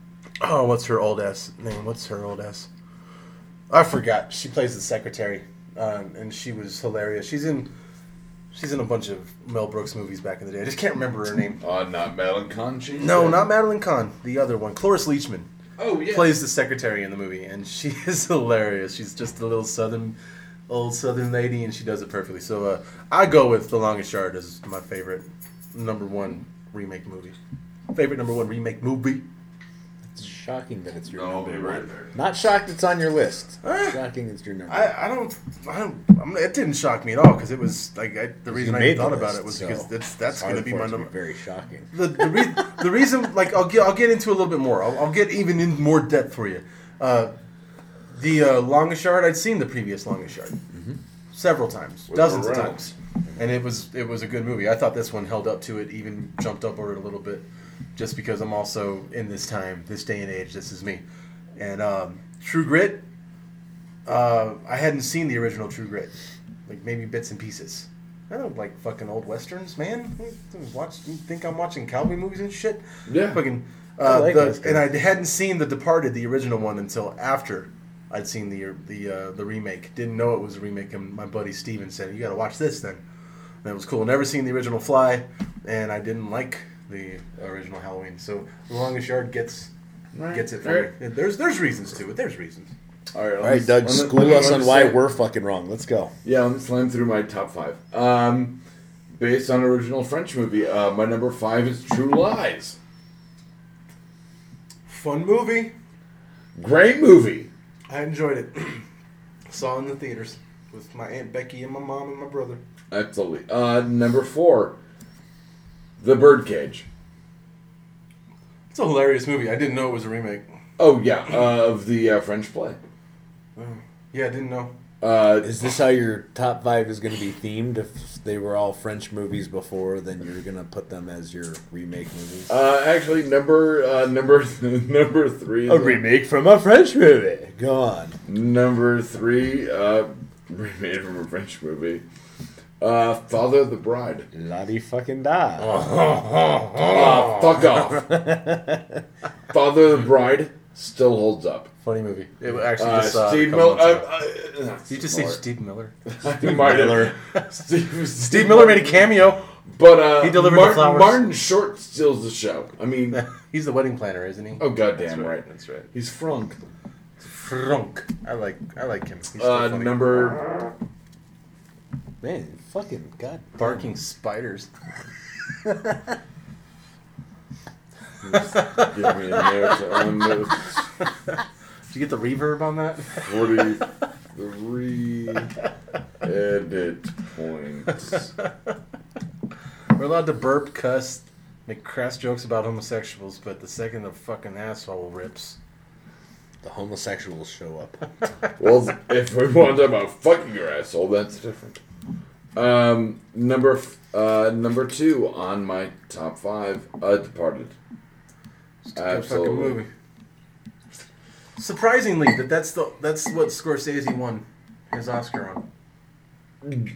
B: *clears throat* oh, what's her old ass name? What's her old ass? I forgot. She plays the secretary, um, and she was hilarious. She's in she's in a bunch of Mel Brooks movies back in the day. I just can't remember her name.
E: Uh, not Madeline Conchi.
B: *laughs* No, not Madeline Kahn. The other one, Cloris Leachman,
E: Oh yeah.
B: plays the secretary in the movie, and she *laughs* is hilarious. She's just a little southern, old southern lady, and she does it perfectly. So uh, I go with The Longest Yard as my favorite number one remake movie. Favorite number one remake movie.
C: It's shocking that it's your
E: No,
C: number
E: you're right
C: one.
E: there.
C: Not shocked it's on your list.
B: Eh.
C: Shocking it's your number.
B: I, I don't, I don't, I'm, it didn't shock me at all because it was like I, the reason I
C: made
B: even thought
C: the
B: about
C: list,
B: it was
C: so
B: because that's that's
C: it's hard
B: going to be
C: for it
B: my
C: to
B: number.
C: Very shocking.
B: the the, re- the reason like I'll get I'll get into a little bit more. I'll, I'll get even in more depth for you. Uh, the uh, longest yard I'd seen the previous longest yard several times, dozens of
E: Reynolds.
B: times, and it was it was a good movie. I thought this one held up to it, even jumped up over it a little bit, just because I'm also in this time, this day and age. This is me, and um, True Grit. Uh, I hadn't seen the original True Grit, like maybe bits and pieces. I don't like fucking old westerns, man. Watch, you think I'm watching cowboy movies and shit?
E: Yeah.
B: Fucking.
C: I
B: Uh,
C: like
B: the,
C: westerns.
B: and I hadn't seen the Departed, the original one, until after I'd seen the the uh, the remake. Didn't know it was a remake, and my buddy Steven said, "You got to watch this then." And it was cool. Never seen the original Fly, and I didn't like the original Halloween. So The Longest Yard gets gets it for
E: Alright.
B: me. There's there's reasons to it. There's reasons.
E: All right,
C: All right, Doug, school us on why we're fucking wrong. Let's go.
E: Yeah, let me slam through my top five. Um, based on original French movie, uh, my number five is True Lies.
B: Fun movie.
E: Great movie.
B: I enjoyed it. *clears throat* Saw it in the theaters with my aunt Becky and my mom and my brother.
E: Absolutely. Uh, number four, The Birdcage.
B: It's a hilarious movie. I didn't know it was a remake.
E: Oh yeah, uh, of the uh, French play.
B: Yeah, I didn't know.
E: Uh,
C: Is this how your top five is going to be themed? If they were all French movies before, then you're going to put them as your remake movies.
E: uh, actually, number uh, number *laughs* number three.
C: a remake from a French movie. Go on.
E: Number three, uh, remade from a French movie. Uh, Father of the Bride.
C: Lottie fucking die.
E: Ah,
B: Oh.
E: fuck off. Father of the Bride still holds up.
B: Funny movie. It actually
E: Uh,
B: just uh,
E: Steve Miller. Uh, uh, uh,
B: Did you just say Steve Miller?
E: *laughs* Steve Miller. Steve,
B: *laughs* Steve Miller made a cameo. *laughs*
E: But uh,
B: He delivered the
E: Martin,
B: flowers.
E: Martin Short steals the show.
B: *laughs*
E: I mean,
B: He's the wedding planner, isn't he?
E: oh goddamn right.
B: That's right.
E: He's Frank.
B: Frunk. I like. I like him. He's
E: Uh,
B: so funny.
E: number
C: Man, fucking god.
B: barking spiders.
E: give me a minute. I'm number
B: Did you get the reverb on that? *laughs*
E: forty-three edit points.
B: We're allowed to burp, cuss, make crass jokes about homosexuals, but the second the fucking asshole rips,
C: The homosexuals show up.
E: Well, if we want to talk about fucking your asshole, that's different. Um, number f- uh, number two on my top five, uh, Departed.
B: it's a good fucking
E: Absolutely.
B: movie. Surprisingly, that that's the that's what Scorsese won his Oscar on.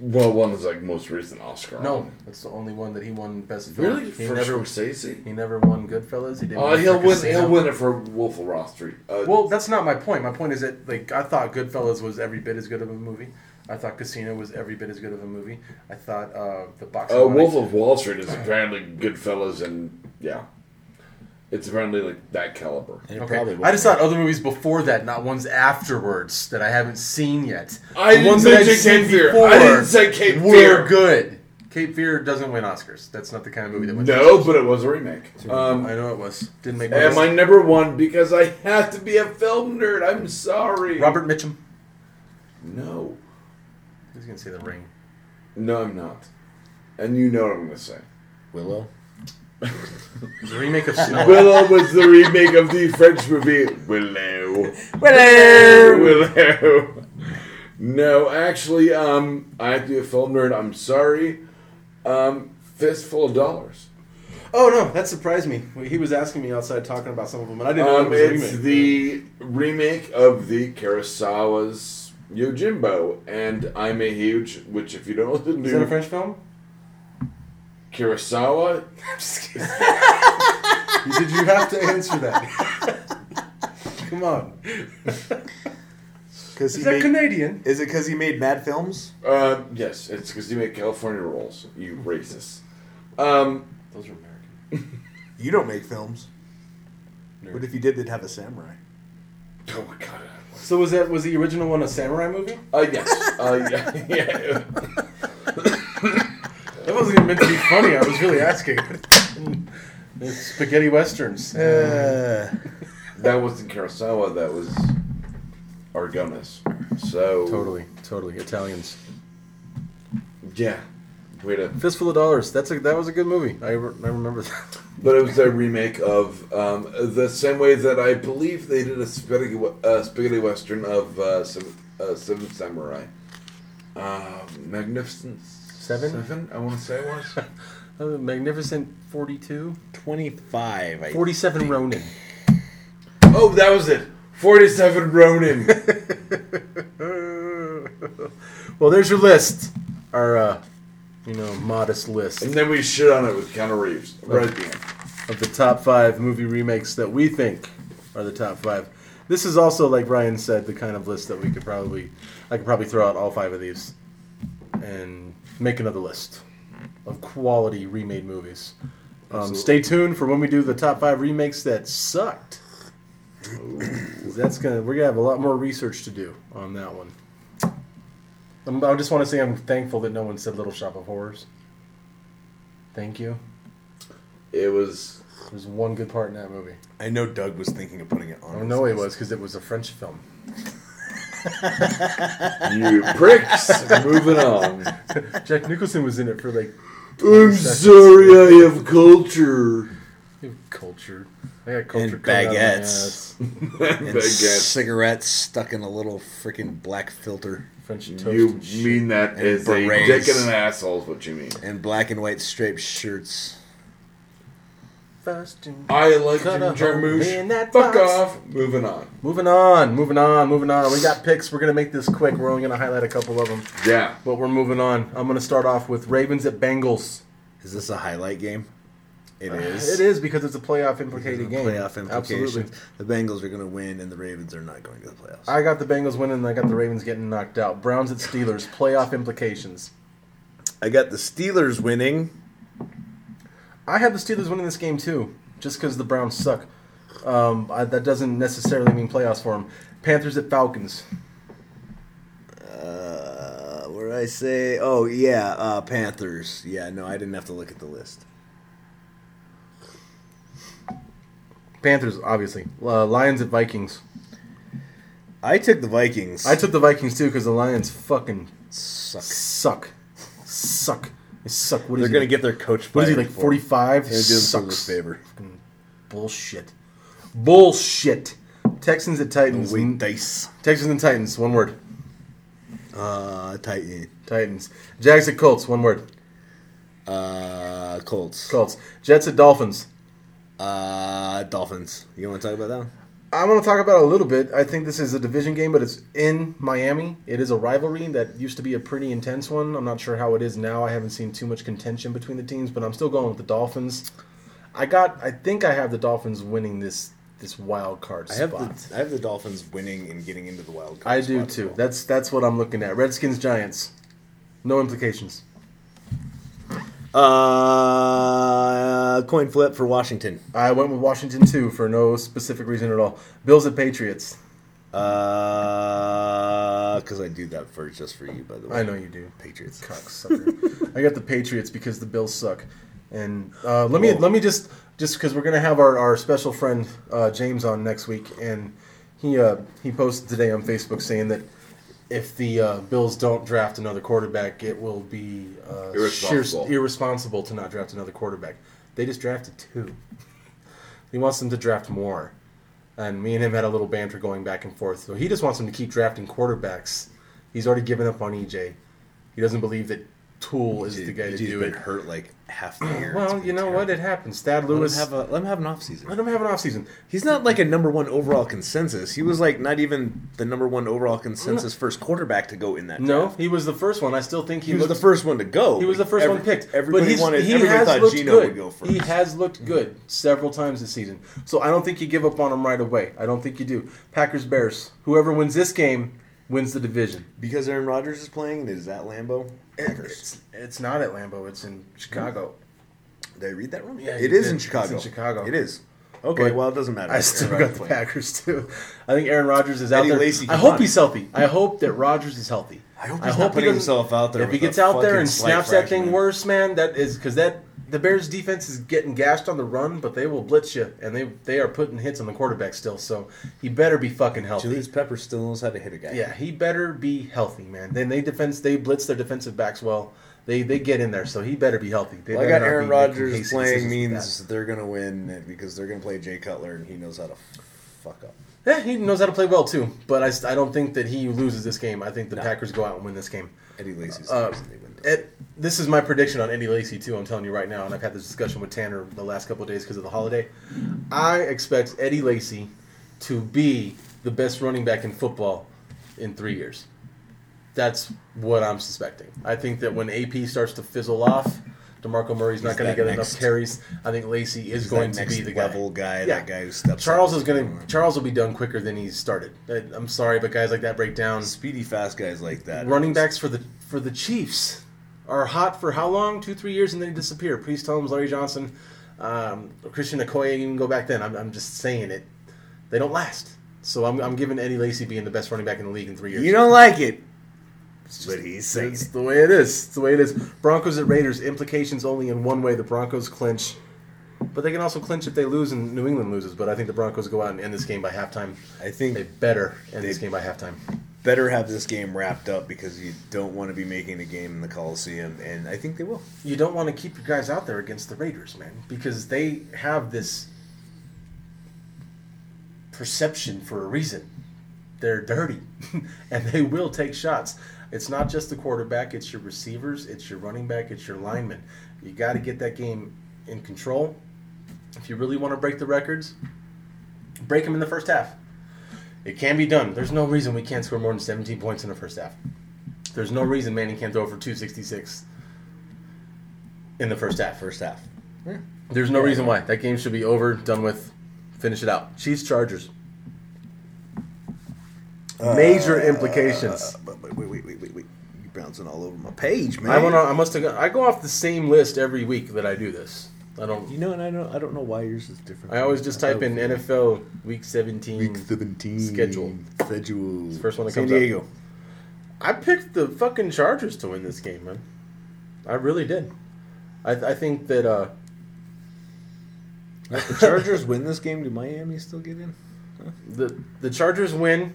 E: Well, one is like most recent Oscar.
B: No, that's the only one that he won best film.
E: Oh. really,
B: He
E: for
B: never
E: Scorsese.
B: he never won Goodfellas. He didn't.
E: Uh,
B: win
E: he'll win.
B: Casino.
E: He'll win it for Wolf of Wall Street. Uh,
B: Well, that's not my point. My point is that like I thought Goodfellas was every bit as good of a movie. I thought Casino was every bit as good of a movie. I thought uh, the box.
E: uh, Wolf of Wall Street is apparently Goodfellas, and yeah, it's apparently like that caliber.
C: And it
B: Okay.
C: probably
B: I just
C: wasn't.
B: thought other movies before that, not ones afterwards that I haven't seen yet.
E: I
B: the ones
E: didn't
B: that I've
E: mention
B: seen
E: Cape Fear.
B: before
E: I didn't say Cape
B: were
E: Fear.
B: good. Cape Fear doesn't win Oscars. That's not the kind of movie that wins.
E: No, but it was a remake.
B: Um, I know it was. Didn't make.
E: And
B: my
E: my
B: list.
E: number one because I have to be a film nerd. I'm sorry.
B: Robert Mitchum.
E: No.
B: He's gonna say The Ring.
E: No, I'm not. And you know what I'm going
B: *laughs*
E: to say.
F: Willow.
B: It was a remake *laughs* of Snow. White.
E: Willow was the remake of the French movie Willow.
F: Willow.
E: *laughs* Willow. No, actually, um, I have to be a film nerd. I'm sorry. Um, fistful of dollars.
B: Oh no, that surprised me. He was asking me outside talking about some of them, and I didn't know it
E: Um,
B: was a
E: it's
B: remake.
E: the remake of the Kurosawa's Yojimbo, and I'm a huge. Which, if you don't listen
B: Is that a
E: to
B: French film?
E: *laughs* Kurosawa,
B: *laughs* Did you have to answer that? *laughs* Come on.
F: Because he
B: Is that
F: made,
B: Canadian?
F: is it because he made mad films?
E: uh, yes, it's because you make California rolls. You racist. Um,
B: Those are American.
F: You don't make films. But if you did, they'd have a samurai.
E: oh my god.
B: So was that was the original one a samurai movie?
E: Uh, yes. Uh, *laughs* yeah, yeah.
B: That wasn't even meant to be funny. I was really asking. *laughs* It's spaghetti westerns.
F: Uh,
E: That wasn't Kurosawa. That was Argonis. So
B: Totally, totally Italians.
E: Yeah. Way to
B: Fistful of Dollars. That's a that was a good movie. I, re- I remember that. *laughs*
E: But it was a remake of um, the same way that I believe they did a spaghetti, uh, spaghetti western of uh, Seven, uh, Seven Samurai. Uh, Magnificent
B: Seven?
E: Seven, I want to say it was.
B: Uh, Magnificent 42,
C: *laughs* Twenty-five. I
B: 47 Ronin.
E: oh, that was it. Forty-seven Ronin.
B: well, there's your list. Our uh, you know modest list
E: and then we shit on it with Keanu Reeves right at the end.
B: of the top five movie remakes that we think are the top five. This is also, like Ryan said, the kind of list that we could probably I could probably throw out all five of these and make another list of quality remade movies. Um, stay tuned for when we do the top five remakes that sucked. 'Cause That's gonna we're gonna have a lot more research to do on that one. Um, I just want to say I'm thankful that no one said Little Shop of Horrors. Thank you.
E: It was.
B: There's one good part in that movie.
C: I know Doug was thinking of putting it on.
B: Oh
C: his
B: no, he
C: list.
B: was because it was a French film.
E: You pricks! Moving *laughs* on.
B: Jack Nicholson was in it for like
E: I'm sorry I have *laughs* culture.
B: culture. I got culture coming
C: And
B: out of my
C: baguettes.
B: ass.
C: And
E: Baguette.
C: cigarettes stuck in a little freaking black filter
B: French toast.
E: You
B: and shit.
E: mean that
C: And
E: is a
C: berets.
E: dick and an asshole is what you mean.
C: and black and white striped shirts.
B: Fast and-
E: I like
B: Cut a
E: Jim
B: hole in
E: Jarmusch.
B: that
E: Fuck
B: box.
E: off. Moving on.
B: Moving on, moving on, moving on. We got picks. We're gonna make this quick. We're only gonna highlight a couple of them,
E: Yeah.
B: but we're moving on. I'm gonna start off with Ravens at Bengals.
C: Is this a highlight game? It
B: Uh, It
C: is.
B: is because it's a playoff implicated game.
C: Playoff implications.
B: Absolutely.
C: The Bengals are going to win, and the Ravens are not going to the playoffs.
B: I got the Bengals winning. and I got the Ravens getting knocked out. Browns at Steelers. Playoff implications.
C: I got the Steelers winning.
B: I had the Steelers winning this game too, just because the Browns suck. Um, I, that doesn't necessarily mean playoffs for them. Panthers at Falcons.
C: Uh, what did I say? Oh yeah, uh, Panthers. Yeah, no, I didn't have to look at the list.
B: Panthers, obviously. Uh, Lions at Vikings.
C: I took the Vikings.
B: I took the Vikings too because the Lions fucking
C: Suck.
B: suck, suck, they suck. What is
C: They're
B: he,
C: going to get their coach.
B: What is he
C: fired
B: like?
C: for.
B: Forty five.
C: They're doing themselves a
B: Sucks.
C: favor.
B: Bullshit. Bullshit. Texans at Titans.
C: Wait, dice.
B: Texans and Titans. One word.
C: Uh, Titan.
B: Titans. Jags at Colts. One word.
C: Uh, Colts.
B: Colts. Jets at Dolphins.
C: Uh, Dolphins. You want to talk about that? One?
B: I want to talk about it a little bit. I think this is a division game, but it's in Miami. It is a rivalry that used to be a pretty intense one. I'm not sure how it is now. I haven't seen too much contention between the teams, but I'm still going with the Dolphins. I got. I think I have the Dolphins winning this this wild card
C: I have
B: spot.
C: the I have the Dolphins winning and getting into the wild card.
B: I do
C: spot as
B: too.
C: well.
B: That's that's what I'm looking at. Redskins Giants. No implications.
C: Uh, coin flip for Washington.
B: I went with Washington too for no specific reason at all. Bills at Patriots.
C: Uh, because I do that for just for you, by the way.
B: I know you do.
C: Patriots.
B: *laughs* Cocksucker. I got the Patriots because the Bills suck. And uh, let me let me just just because we're gonna have our, our special friend uh, James on next week, and he uh, he posted today on Facebook saying that if the uh, Bills don't draft another quarterback, it will be uh, sheer-
E: Irresponsible.
B: irresponsible to not draft another quarterback. They just drafted two. He wants them to draft more. And me and him had a little banter going back and forth. So he just wants them to keep drafting quarterbacks. He's already given up on EJ. He doesn't believe that Tool is the guy to
C: He's
B: do
C: been
B: it.
C: hurt like
B: *clears throat*
C: half the year. It's
B: Well,
C: been
B: you know what?
C: terrible.
B: It happens. Thad
C: Let
B: Lewis.
C: him have a let him have an off season.
B: Let him have an offseason.
C: He's not like a number one overall consensus. He was like not even the number one overall consensus first quarterback to go in that.
B: No, he was the first one. I still think he,
C: he was the
B: looked-
C: first one to go.
B: He was the first
C: Every-
B: one picked.
C: Everybody
B: but he's,
C: wanted.
B: he
C: everybody
B: has
C: thought
B: looked
C: Gino
B: good.
C: would go first.
B: He has looked good several times this season. So I don't think you give up on him right away. I don't think you do. Packers Bears. Whoever wins this game wins the division.
C: because Aaron Rodgers is playing. Is that Lambo?
B: It's, it's not at Lambeau. It's in Chicago.
C: Did I read that wrong?
B: Yeah, you
C: it is
B: did. It's
C: in
B: in
C: Chicago.
B: Chicago.
C: It is. Okay,
B: But
C: well, it doesn't matter.
B: I still got
C: Aaron
B: the
C: Rodgers playing.
B: Packers too. I think Aaron Rodgers is out
C: Eddie
B: there.
C: Lacy
B: I
C: can
B: hope
C: run.
B: he's healthy. I hope that Rodgers is healthy.
C: I hope he's not putting
B: doesn't-
C: himself out there
B: If he
C: with a
B: gets out there
C: fucking
B: and
C: slight
B: snaps that thing
C: fracture.
B: worse, man, that is because that the Bears defense is getting gashed on the run, but they will blitz you, and they they are putting hits on the quarterback still. So he better be fucking healthy.
C: Julius Pepper still knows how to hit a guy.
B: Yeah, he better be healthy, man. Then they defense they blitz their defensive backs well. They they get in there, so he better be healthy. They
C: Well, I
B: better not
C: got
B: be
C: Aaron
B: making
C: Rodgers
B: hasty
C: playing
B: decisions with
C: means they're gonna win because they're gonna play Jay Cutler and he knows how to fuck up.
B: that. Yeah, Eh, he knows how to play well too, but I, s- I don't think that he loses this game. I think the Packers go out and win this game.
C: Eddie Lacy's
B: Uh,
C: the reason they win.
B: It, this is my prediction on Andy Lacey too. I'm telling you right now, and I've had this discussion with Tanner the last couple of days because of the holiday. I expect Eddie Lacey to be the best running back in football in three years. That's what I'm suspecting. I think that when AP starts to fizzle off, Demarco Murray's not
C: He's
B: going to
C: that
B: get
C: next-
B: enough carries. I think Lacey is
C: He's
B: going
C: that
B: to be
C: next
B: the
C: level
B: guy.
C: guy,
B: Yeah.
C: that guy who steps.
B: Charles
C: up.
B: is going to Charles will be done quicker than he started. I- I'm sorry, but guys like that break down
C: speedy fast guys like that.
B: running backs for the for the Chiefs are hot for how long? Two, three years, and then they disappear. Please tell them Larry Johnson, um, Christian Okoye can go back then. I'm, I'm just saying it. They don't last. So I'm, I'm giving Eddie Lacy being the best running back in the league in three years.
C: You don't like it, but he's saying
B: That's
C: it.
B: the way it is. It's the way it is. Broncos at Raiders. Implications only in one way. The Broncos clinch, but they can also clinch if they lose and New England loses. But I think the Broncos go out and end this game by halftime.
C: I think
B: They better end this
C: They-
B: game by halftime.
C: better have this game wrapped up because you don't want to be making a game in the Coliseum, and I think they will.
B: you don't want to keep your guys out there against the Raiders, man, because they have this perception for a reason. They're dirty, *laughs* and they will take shots. It's not just the quarterback; it's your receivers, it's your running back, it's your lineman. You got to get that game in control. If you really want to break the records, break them in the first half. It can be done. There's no reason we can't score more than 17 points in the first half. There's no reason Manning can't throw for 266 in the first half.
C: First half.
B: There's no reason why that game should be over, done with, finish it out. Chiefs Chargers. Major implications.
C: Uh, But, but wait, wait, wait, wait, wait. You're bouncing all over my page, man.
B: I went on, I must have. Gone, I go off the same list every week that I do this. I
C: You
B: don't.
C: know, and I don't, I don't know why yours is different. Oh.
B: I always just type in NFL Week 17.
C: Week 17
B: Schedule.
C: Schedule.
B: first one that
C: San
B: comes up.
C: Diego.
B: I picked the fucking Chargers to win this game, man. I really did. I, I think that. uh
C: If the Chargers win this game, do Miami still get in?
B: the the Chargers win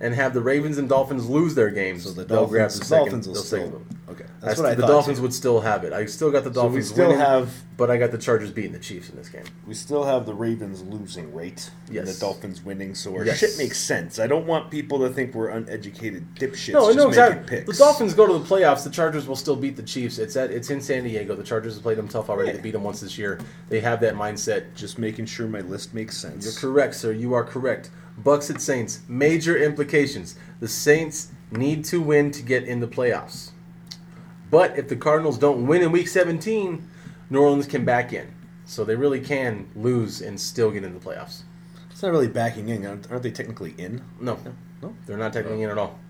B: and have the Ravens and Dolphins lose their games,
C: *laughs* So the
B: they'll
C: Dolphins,
B: grab the second-
C: Dolphins will
B: they'll
C: still.
B: save them.
C: Okay, that's
B: That's
C: what I
B: the
C: thought.
B: Dolphins
C: too.
B: would still have it. I still got the
C: So we
B: Dolphins
C: still
B: winning,
C: have
B: but I got the Chargers beating the Chiefs in this game.
C: we still have the Ravens losing, right? And
B: Yes.
C: the Dolphins winning, so our
B: Yes.
C: shit makes sense. I don't want people to think we're uneducated dipshits.
B: No, I
C: just
B: know
C: making
B: exactly. The
C: Picks.
B: Dolphins go to the playoffs. The Chargers will still beat the Chiefs. It's at it's in San Diego. The Chargers have played them tough already.
C: Yeah.
B: They beat them once this year. They have that mindset.
C: Just making sure my list makes sense.
B: You're correct, sir. You are correct. Bucks at Saints. Major implications. The Saints need to win to get in the playoffs. But if the Cardinals don't win in Week 17, New Orleans can back in. So they really can lose and still get in the playoffs.
C: It's not really backing in. Aren't aren't they technically in?
B: No,
C: No.
B: they're not technically in at all.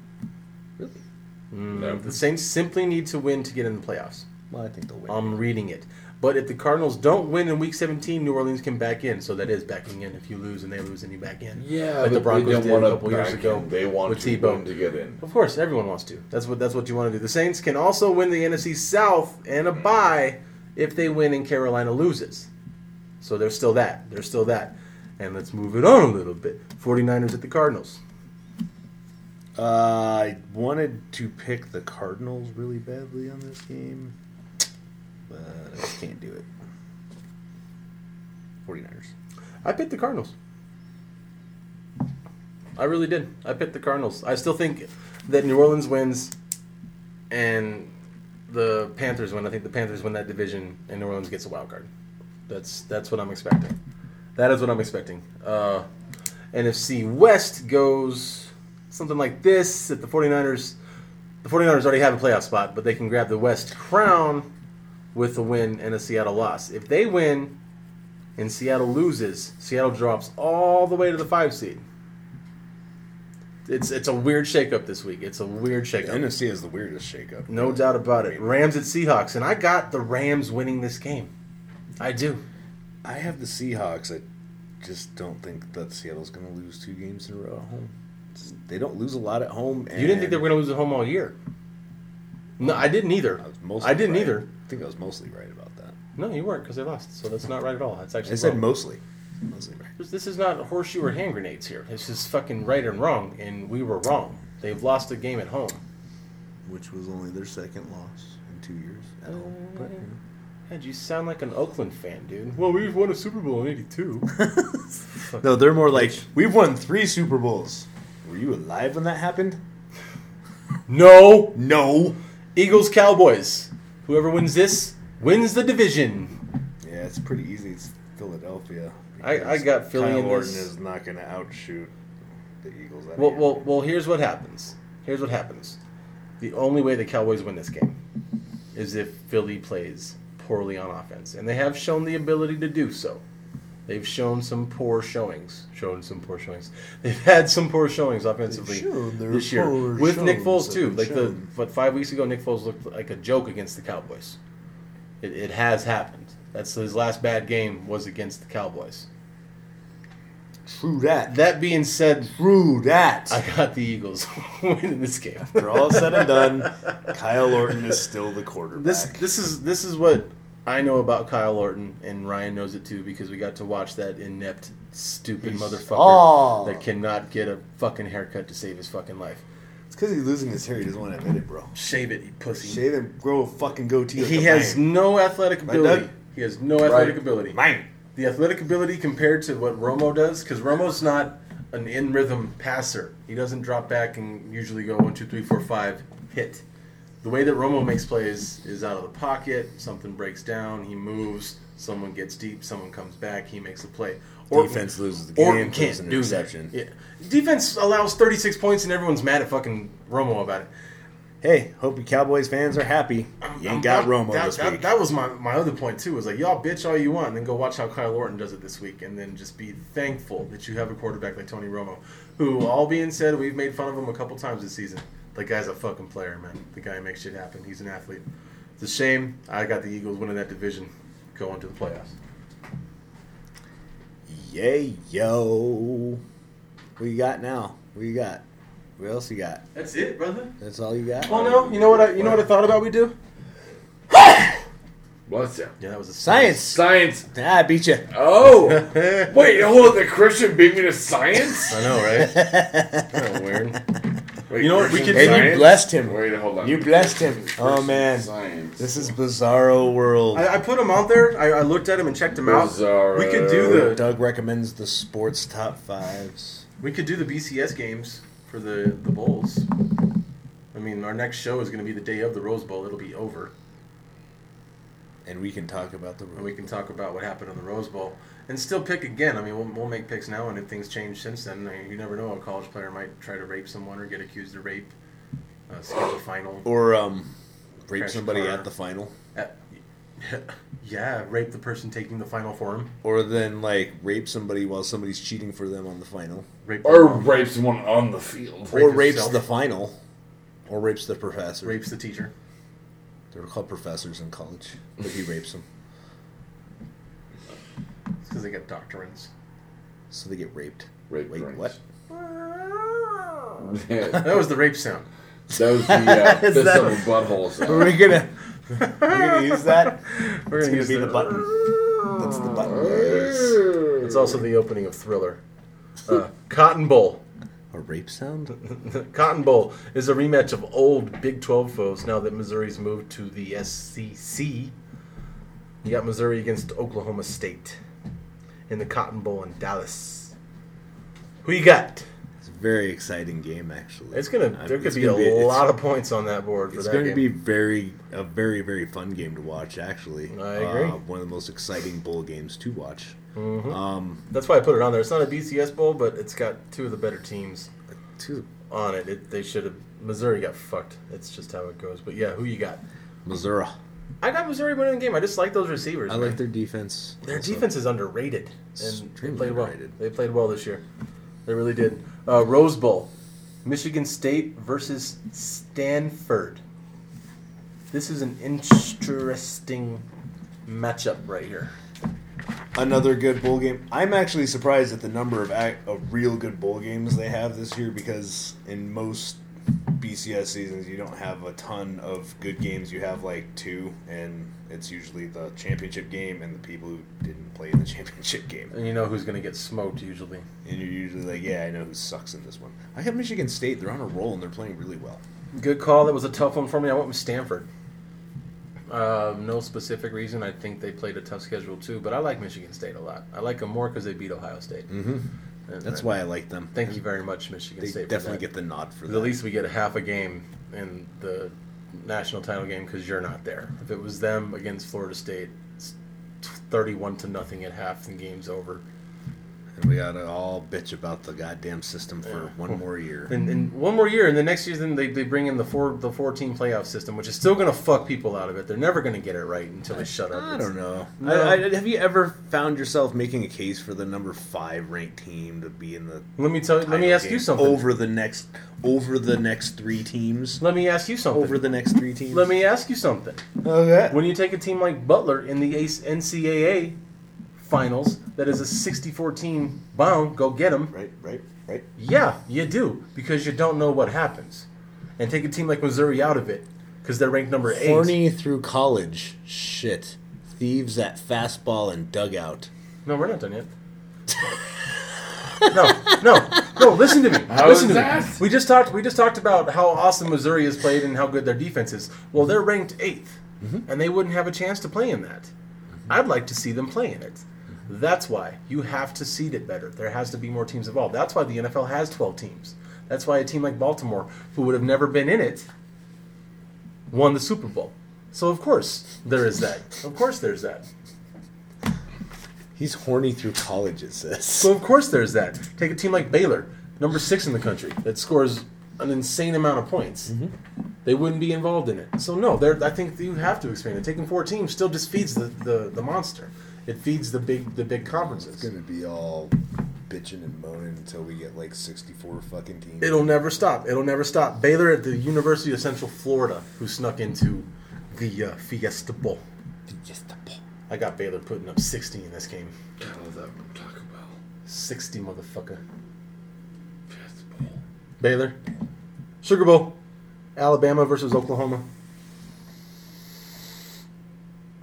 E: No. Mm,
B: The Saints simply need to win to get in the playoffs.
C: Well, I think they'll win.
B: Um, I'm reading it. But if the Cardinals don't win in Week 17, New Orleans can back in. So that is backing in. If you lose and they lose, and you back in.
E: Yeah,
B: like the
E: but
B: Broncos
E: they don't
B: did a
E: wanna
B: couple years
E: back
B: ago
E: in. They want
B: with
E: to
B: Tebow.
E: win to get in.
B: Of course, everyone wants to. That's what that's what you want to do. The Saints can also win the NFC South and a bye if they win and Carolina loses. So there's still that. There's still that. And let's move it on a little bit. 49ers at the Cardinals.
C: Uh, I wanted to pick the Cardinals really badly on this game, but I just can't do it. 49ers.
B: I picked the Cardinals. I really did. I picked the Cardinals. I still think that New Orleans wins and the Panthers win. I think the Panthers win that division and New Orleans gets a wild card. That's that's what I'm expecting. That is what I'm expecting. Uh, NFC West goes something like this if the 49ers the 49ers already have a playoff spot, but they can grab the West crown with a win and a Seattle loss. If they win, and Seattle loses, Seattle drops all the way to the five seed. It's it's a weird shakeup this week. It's a weird
C: The
B: shakeup.
C: NFC is the weirdest shakeup.
B: No doubt about it. Rams at Seahawks, and I got the Rams winning this game. I do.
C: I have the Seahawks. I just don't think that Seattle's going to lose two games in a row at home. It's- They don't lose a lot at home. And
B: You didn't think they were going to lose at home all year. No, I didn't either.
C: I, was mostly
B: I didn't
C: right.
B: either.
C: I think I was mostly right about that.
B: No, you weren't because they lost. So that's not right at all. That's actually
C: I said
B: wrong.
C: mostly. Mostly right.
B: This is not horseshoe or hand grenades here. This is fucking right and wrong, and we were wrong. They've lost a game at home.
F: which was only their second loss in two years. At home. But, you know.
B: God, you sound like an Oakland fan, dude. Well, we've won a Super Bowl in '82.
C: No, they're more like we've won three Super Bowls. Were you alive when that happened?
B: *laughs* no,
C: No.
B: Eagles, Cowboys. Whoever wins this wins the division.
C: Yeah, it's pretty easy. It's Philadelphia.
B: I- I got Philly
C: Kyle
B: in
C: Orton
B: this.
C: is not going to outshoot the Eagles. That
B: Well,
C: ain't
B: well, well. Here's what happens. Here's what happens. The only way the Cowboys win this game is if Philly plays poorly on offense, and they have shown the ability to do so. They've shown some poor showings. Shown some poor showings. They've had some poor showings offensively
F: They've shown their
B: this year
F: poor
B: with Nick
F: showings
B: Foles too.
F: have
B: Like the
F: shown.
B: but five weeks ago, Nick Foles looked like a joke against the Cowboys. It, it has happened. That's his last bad game was against the Cowboys.
F: True that.
B: That being said,
F: True that.
B: I got the Eagles *laughs* winning this game.
F: After all said and done, Kyle Orton is still the quarterback.
B: This this is this is what I know about Kyle Orton, and Ryan knows it too because we got to watch that inept, stupid motherfucker
F: Oh.
B: that cannot get a fucking haircut to save his fucking life.
F: it's because he's losing his hair. He doesn't want to admit it, bro.
B: Shave it, you pussy.
F: Shave and grow a fucking goatee. like
B: He
F: a
B: has
F: man.
B: no athletic ability.
F: Doug?
B: He has no athletic
E: Right.
B: ability.
F: man.
B: The athletic ability compared to what Romo does, because Romo's not an in rhythm passer. He doesn't drop back and usually go one, two, three, four, five, hit. The way that Romo makes plays is out of the pocket, something breaks down, he moves, someone gets deep, someone comes back, he makes a play.
C: Defense loses the
B: Orton
C: game, throws
B: can't
C: an
B: do
C: interception.
B: that. Yeah. Defense allows 36 points and everyone's mad at fucking Romo about it.
C: Hey, hope you Cowboys fans are happy. You ain't got
B: that,
C: Romo
B: that,
C: this
B: that,
C: week.
B: that was my, my other point too. Was like y'all bitch all you want, and then go watch how Kyle Orton does it this week, and then just be thankful that you have a quarterback like Tony Romo, who, all being said, we've made fun of him a couple times this season. The guy's a fucking player, man. The guy makes shit happen. He's an athlete. It's a shame I got the Eagles winning that division, going to the playoffs.
C: Yay, yo. What you got now? What you got? What else you got?
B: That's it, brother.
C: That's all you got?
B: Oh no! You know what I you know what I thought about we do?
E: Bless you.
B: Yeah, that was a
E: *laughs*
C: Science.
E: Science.
C: Ah,
B: *laughs*
C: I beat you.
E: Oh, wait, hold on. The Christian beat me to science.
B: I know, right? Kinda weird.
E: Wait,
B: You know what, we
E: Christian
B: could-
C: And you
E: science?
C: blessed him.
E: Wait, hold on.
C: You blessed him. Oh,
E: Christian
C: man.
E: Science.
C: This is Bizarro
B: *laughs*
C: World.
B: I, I put him out there. I, I looked at him and checked him out.
E: Bizarro.
B: We could do the
C: Doug recommends the sports top fives.
B: We could do the BCS games for the the bowls. I mean, our next show is going to be the day of the Rose Bowl. It'll be over,
C: And we can talk about the
B: and we can talk about what happened on the Rose Bowl and still pick again. I mean, we'll, we'll make picks now, and if things change since then, I mean, you never know. A college player might try to rape someone or get accused of rape. Uh, skip the final.
C: Or um, rape
B: Crash
C: somebody
B: car.
C: at the final.
B: Uh, *laughs* yeah, rape the person taking the final for him.
C: Or then, like, rape somebody while somebody's cheating for them on the final.
B: Rape the
E: Or
B: mom,
E: rapes someone on the field.
B: Rape
C: or rapes
B: yourself.
C: the final. Or rapes the professor.
B: rapes the teacher.
C: They were called professors in college, but he rapes them.
B: because they got doctrines.
C: So they get raped.
E: Rape
C: Wait,
E: drinks.
C: what?
E: *laughs*
C: *laughs*
E: that
B: That was the rape sound.
E: was the uh,
C: Is
E: fist
C: that-
E: of a
C: *laughs*
E: butthole
C: Are
E: sound.
B: *laughs*
C: we gonna? We're gonna use that.
B: We're gonna
C: It's gonna
B: use
C: be the
B: that.
C: button. That's the button.
B: It's
E: It's
B: also the opening of Thriller. Uh, Cotton Bowl.
C: A rape sound?
B: Cotton Bowl is a rematch of old Big 12 foes now that Missouri's moved to the SCC. You got Missouri against Oklahoma State in the Cotton Bowl in Dallas. Who you got?
C: It's a very exciting game, actually.
B: It's gonna.
C: I'm-
B: There could
C: Uh, it's
B: be a
C: gonna it's-
B: lot of points on that board for
C: It's
B: that
C: going to
B: game.
C: be very a very very fun game to watch. Actually,
B: I agree.
C: Uh, one of the most exciting bowl games to watch.
B: That's why I put it on there. It's not a BCS bowl, but it's got two of the better teams
C: Two
B: on it. it they should have. Missouri got fucked. It's just how it goes. But yeah, who you got?
C: Missouri.
B: I got Missouri winning the game. I just like those receivers.
C: I
B: man.
C: like their defense.
B: Their
C: also.
B: defense is underrated, and they
C: Extremely
B: played well.
C: underrated.
B: They played well this year. They really did. Uh, Rose Bowl, Michigan State versus Stanford. This is an interesting matchup right here.
C: Another good bowl game. I'm actually surprised at the number of ac of real good bowl games they have this year because in most BCS seasons you don't have a ton of good games. You have like two, and it's usually the championship game and the people who didn't play in the *laughs* championship game.
B: And you know who's going to get smoked usually.
C: And you're usually like, yeah, I know who sucks in this one. I have Michigan State. They're on a roll and they're playing really well.
B: Good call. That was a tough one for me. I went with Stanford. Um, no specific reason. I think they played a tough schedule too, but I like Michigan State a lot. I like them more because they beat Ohio State. Mm-hmm.
C: That's why I like them.
B: Thank you very much, Michigan
C: They
B: State. for
C: definitely
B: that.
C: get the nod for that.
B: At least we get a half a game in the national title game because you're not there. If it was them against Florida State, it's thirty-one to nothing at half, the game's over.
C: And we gotta all bitch about the goddamn system for one
B: *laughs*
C: more year.
B: And, and one more year, and the next season they, they bring in the four the four-team playoff system, which is still going to fuck people out of it. They're never going to get it right until they shut up.
C: I
B: It's-
C: don't know.
B: No.
C: I, I, have you ever found yourself making a case for the number five ranked team to be in the?
B: Let me tell. you. Let me
C: title
B: ask you
C: game
B: something.
C: Over the next, over the next three teams.
B: Let me ask you something.
C: Over the next three teams.
B: Let me ask you something.
C: Okay.
B: When you take a team like Butler in the Ace NCAA finals, that is a 64 team bound, go get them.
C: Right. Right. Right.
B: Yeah, you do because you don't know what happens. And take a team like Missouri out of it because they're ranked number eight.
C: Horny through college. Shit. Thieves at fastball and dugout.
B: No, we're not done yet. *laughs* no, no, no! Listen to me. listen
E: is
B: to me.
E: that?
B: We just talked. We just talked about how awesome Missouri has played and how good their defense is. Well, they're ranked 8th and they wouldn't have a chance to play in that. I'd like to see them play in it. That's why you have to seed it better. There has to be more teams involved. That's why the NFL has 12 teams. That's why a team like Baltimore, who would have never been in it, won the Super Bowl. So of course there is that. Of course there's that.
C: He's horny through college. It says.
B: So of course there's that. Take a team like Baylor, number six in the country, that scores an insane amount of points. They wouldn't be involved in it. So no, there. I think you have to expand it. Taking four teams still just feeds the, the, the monster. It feeds the big the big conferences.
C: gonna be all bitching and moaning until we get like 64 fucking teams.
B: It'll never stop. It'll never stop. Baylor at the University of Central Florida, who snuck into the uh, Fiesta Bowl. I got Baylor putting up 60 in this game.
E: I love that from Taco Bell.
B: 60, motherfucker.
E: Fist bowl.
B: Baylor. Sugar Bowl. Alabama versus Oklahoma.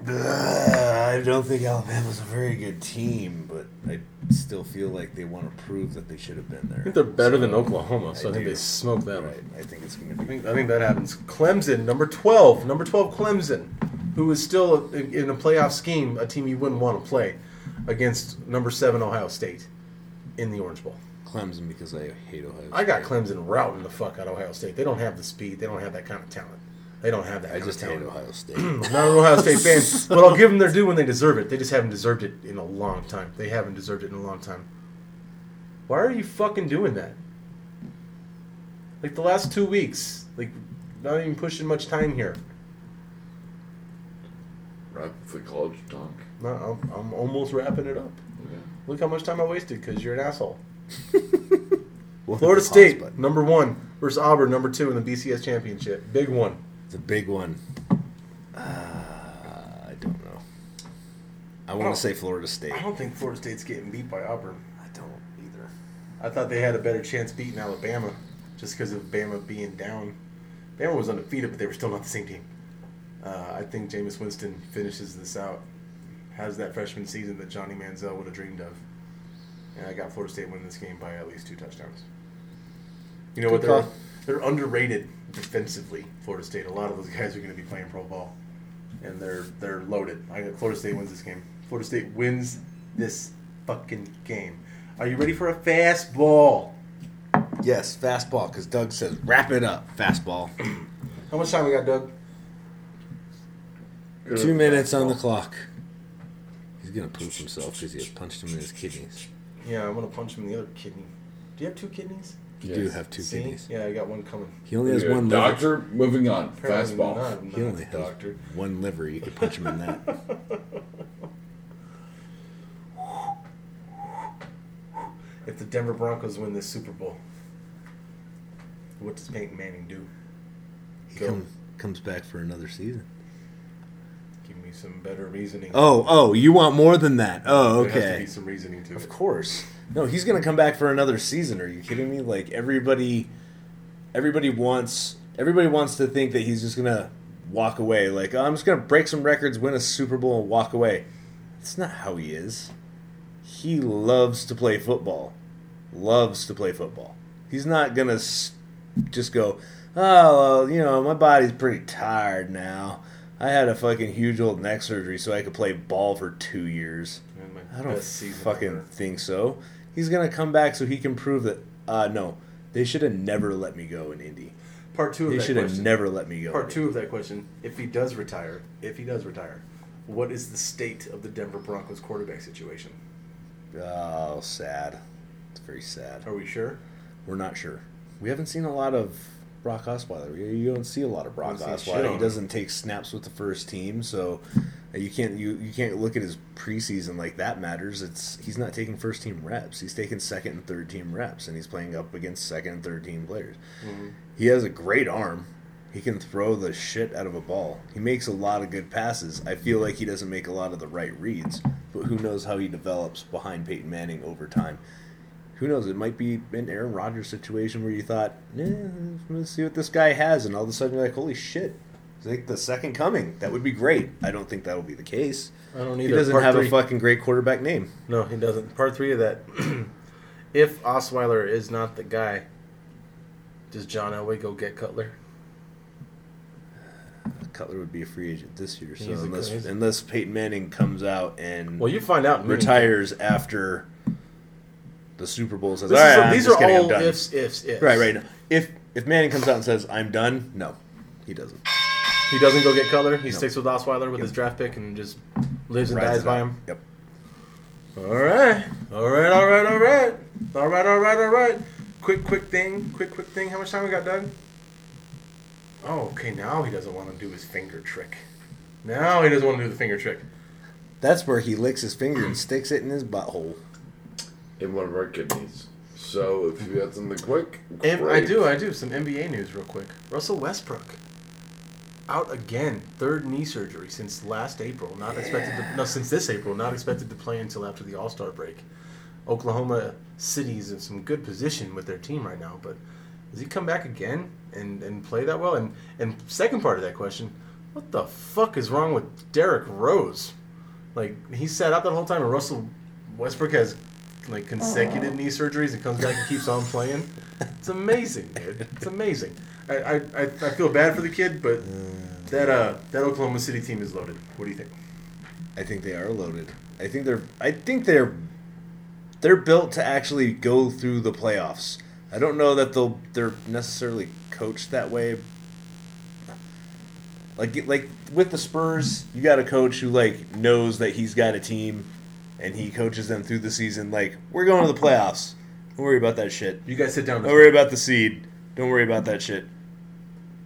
C: I don't think Alabama's a very good team, but I still feel like they want to prove that they should have been there.
B: I think they're better than Oklahoma, so I,
C: I
B: think
C: do.
B: they smoke that
C: Right.
B: one.
C: I think it's gonna
B: I
C: be.
B: think, I think that happens. Clemson, number 12. Number 12, Clemson, who is still in in a playoff scheme, a team you wouldn't want to play against number 7 Ohio State in the Orange Bowl.
C: Clemson because I hate Ohio.
B: I got Clemson routing the fuck out of Ohio State. They don't have the speed. They don't have that kind of talent. They don't have that
C: I
B: kind
C: just
B: of
C: hate
B: talent. *clears throat*
C: Ohio State.
B: I'm not an Ohio State
C: *laughs*
B: fan, but I'll give them their due when they deserve it. They just haven't deserved it in a long time. They haven't deserved it in a long time. Why are you fucking doing that? Like the last two weeks, like not even pushing much time here.
E: Wrap the college dunk.
B: No, I'm, I'm almost wrapping it up.
E: Okay.
B: Look how much time I wasted because you're an asshole.
C: We'll hit
B: Florida
C: the pause
B: State,
C: button.
B: number one, versus Auburn, number two in the BCS championship. Big one.
C: It's a big one. Uh, I don't know. I want
B: don't-
C: to say Florida State.
B: Oh. I don't think Florida State's getting beat by Auburn.
C: I don't either.
B: I thought they had a better chance beating Alabama just because of Bama being down. Bama was undefeated, but they were still not the same team. Uh, I think Jameis Winston finishes this out, has that freshman season that Johnny Manziel would have dreamed of. And I got Florida State winning this game by at least two touchdowns. You know what?
C: Good
B: They're,
C: call.
B: they're underrated defensively, Florida State. A lot of those guys are going to be playing pro ball, and they're they're loaded. I got Florida State wins this game. Florida State wins this fucking game. Are you ready for a fastball?
C: Yes, fastball, because Doug says wrap it up, fastball.
B: How much time we got, Doug?
E: Good.
C: Two minutes on the clock. He's gonna poop himself because he punched him in his kidneys.
B: Yeah, I'm gonna punch him in the other kidney. Do you have two kidneys?
C: You
E: Yes.
C: do have two
B: See?
C: kidneys.
B: Yeah, I got one coming.
C: He only has
E: Yeah,
C: one liver.
E: Doctor, moving on.
B: Apparently
E: Fastball.
B: Not, I'm
C: He
B: not
C: only
B: a
C: has
B: doctor.
C: one liver. You could punch him in that.
B: *laughs* If the Denver Broncos win this Super Bowl, what does Peyton Manning do?
C: He
B: Go.
C: comes comes back for another season.
B: Give me some better reasoning.
C: Oh, oh, you want more than that? Oh,
B: There has to be
C: okay.
B: some reasoning to
C: Of
B: it.
C: course. No, he's gonna come back for another season. Are you kidding me? Like everybody, everybody wants everybody wants to think that he's just gonna walk away. Like "Oh, I'm just gonna break some records, win a Super Bowl, and walk away. That's not how he is. He loves to play football. Loves to play football. He's not gonna s- just go. Oh, well, you know, my body's pretty tired now. I had a fucking huge old neck surgery so I could play ball for two years.
B: Man, my
C: I don't
B: best season
C: fucking
B: ever.
C: think so. He's gonna come back so he can prove that. Uh, no, they should have never let me go in Indy.
B: Part two of
C: They
B: that
C: should have
B: question.
C: never let me go.
B: Part
C: in
B: two of that question: If he does retire, if he does retire, what is the state of the Denver Broncos quarterback situation?
C: Indy. Oh, sad. It's very sad.
B: Are we sure?
C: We're not sure. We haven't seen a lot of Brock Osweiler. You- You don't see a lot of Brock
B: Haven't seen shit on
C: Osweiler. He
B: him.
C: doesn't take snaps with the first team, so uh, you can't you, you can't look at his preseason like that matters. It's he's not taking first team reps. He's taking second and third team reps, and he's playing up against second and third team players.
B: Mm-hmm.
C: He has a great arm. He can throw the shit out of a ball. He makes a lot of good passes. I feel like he doesn't make a lot of the right reads, but who knows how he develops behind Peyton Manning over time. Who knows? It might be an Aaron Rodgers situation where you thought, eh, let's see what this guy has, and all of a sudden you're like, holy shit, he's like the second coming. That would be great. I don't think that'll be the case.
B: I don't
C: He doesn't have a fucking great quarterback name.
B: No, he doesn't. Part three of that. *clears throat* if Osweiler is not the guy, does John Elway go get Cutler?
C: Cutler would be a free agent this year, so
B: He's a good-
C: unless
B: he's a-
C: unless Peyton Manning comes out and
B: Well, you find out. in Mooney.
C: retires after the Super Bowl says,
B: This
C: all
B: is-
C: right, I'm
B: these
C: just
B: are
C: kidding, I'm
B: all
C: done."
B: ifs, ifs, ifs.
C: Right, right. If if Manning comes out and says, I'm done, no, he doesn't.
B: He doesn't go get Cutler. He sticks with Osweiler with his draft pick and just lives and
C: Rides
B: dies
C: it
B: by
C: out.
B: him.
C: Yep.
B: All right, all right, all right, all right, all right, all right, all right. Quick, quick thing, quick, quick thing. How much time we got, Doug? Oh, okay. Now he doesn't want to do his finger trick. Now he doesn't want to do the finger trick.
C: That's where he licks his finger and sticks it in his butthole.
E: In one of our kidneys. So if you got something quick,
B: If I
E: great.
B: do, I do. Some NBA news real quick. Russell Westbrook out again, third knee surgery since last April. Not expected to, no since this April, not expected to play until after the All-Star break. Oklahoma City's in some good position with their team right now, but does he come back again and, and play that well? And and second part of that question, what the fuck is wrong with Derrick Rose? Like he sat out that whole time, and Russell Westbrook has like consecutive knee surgeries and comes back and keeps on playing. It's amazing, dude. It's amazing. I, I, I I feel bad for the kid, but that uh that Oklahoma City team is loaded. What do you think?
C: I think they are loaded. I think they're I think they're they're built to actually go through the playoffs. I don't know that they'll they're necessarily coached that way. Like like with the Spurs, you got a coach who like knows that he's got a team and he coaches them through the season like we're going to the playoffs. Don't worry about that shit.
B: You guys sit down.
C: Don't worry about the seed. Don't worry about that shit.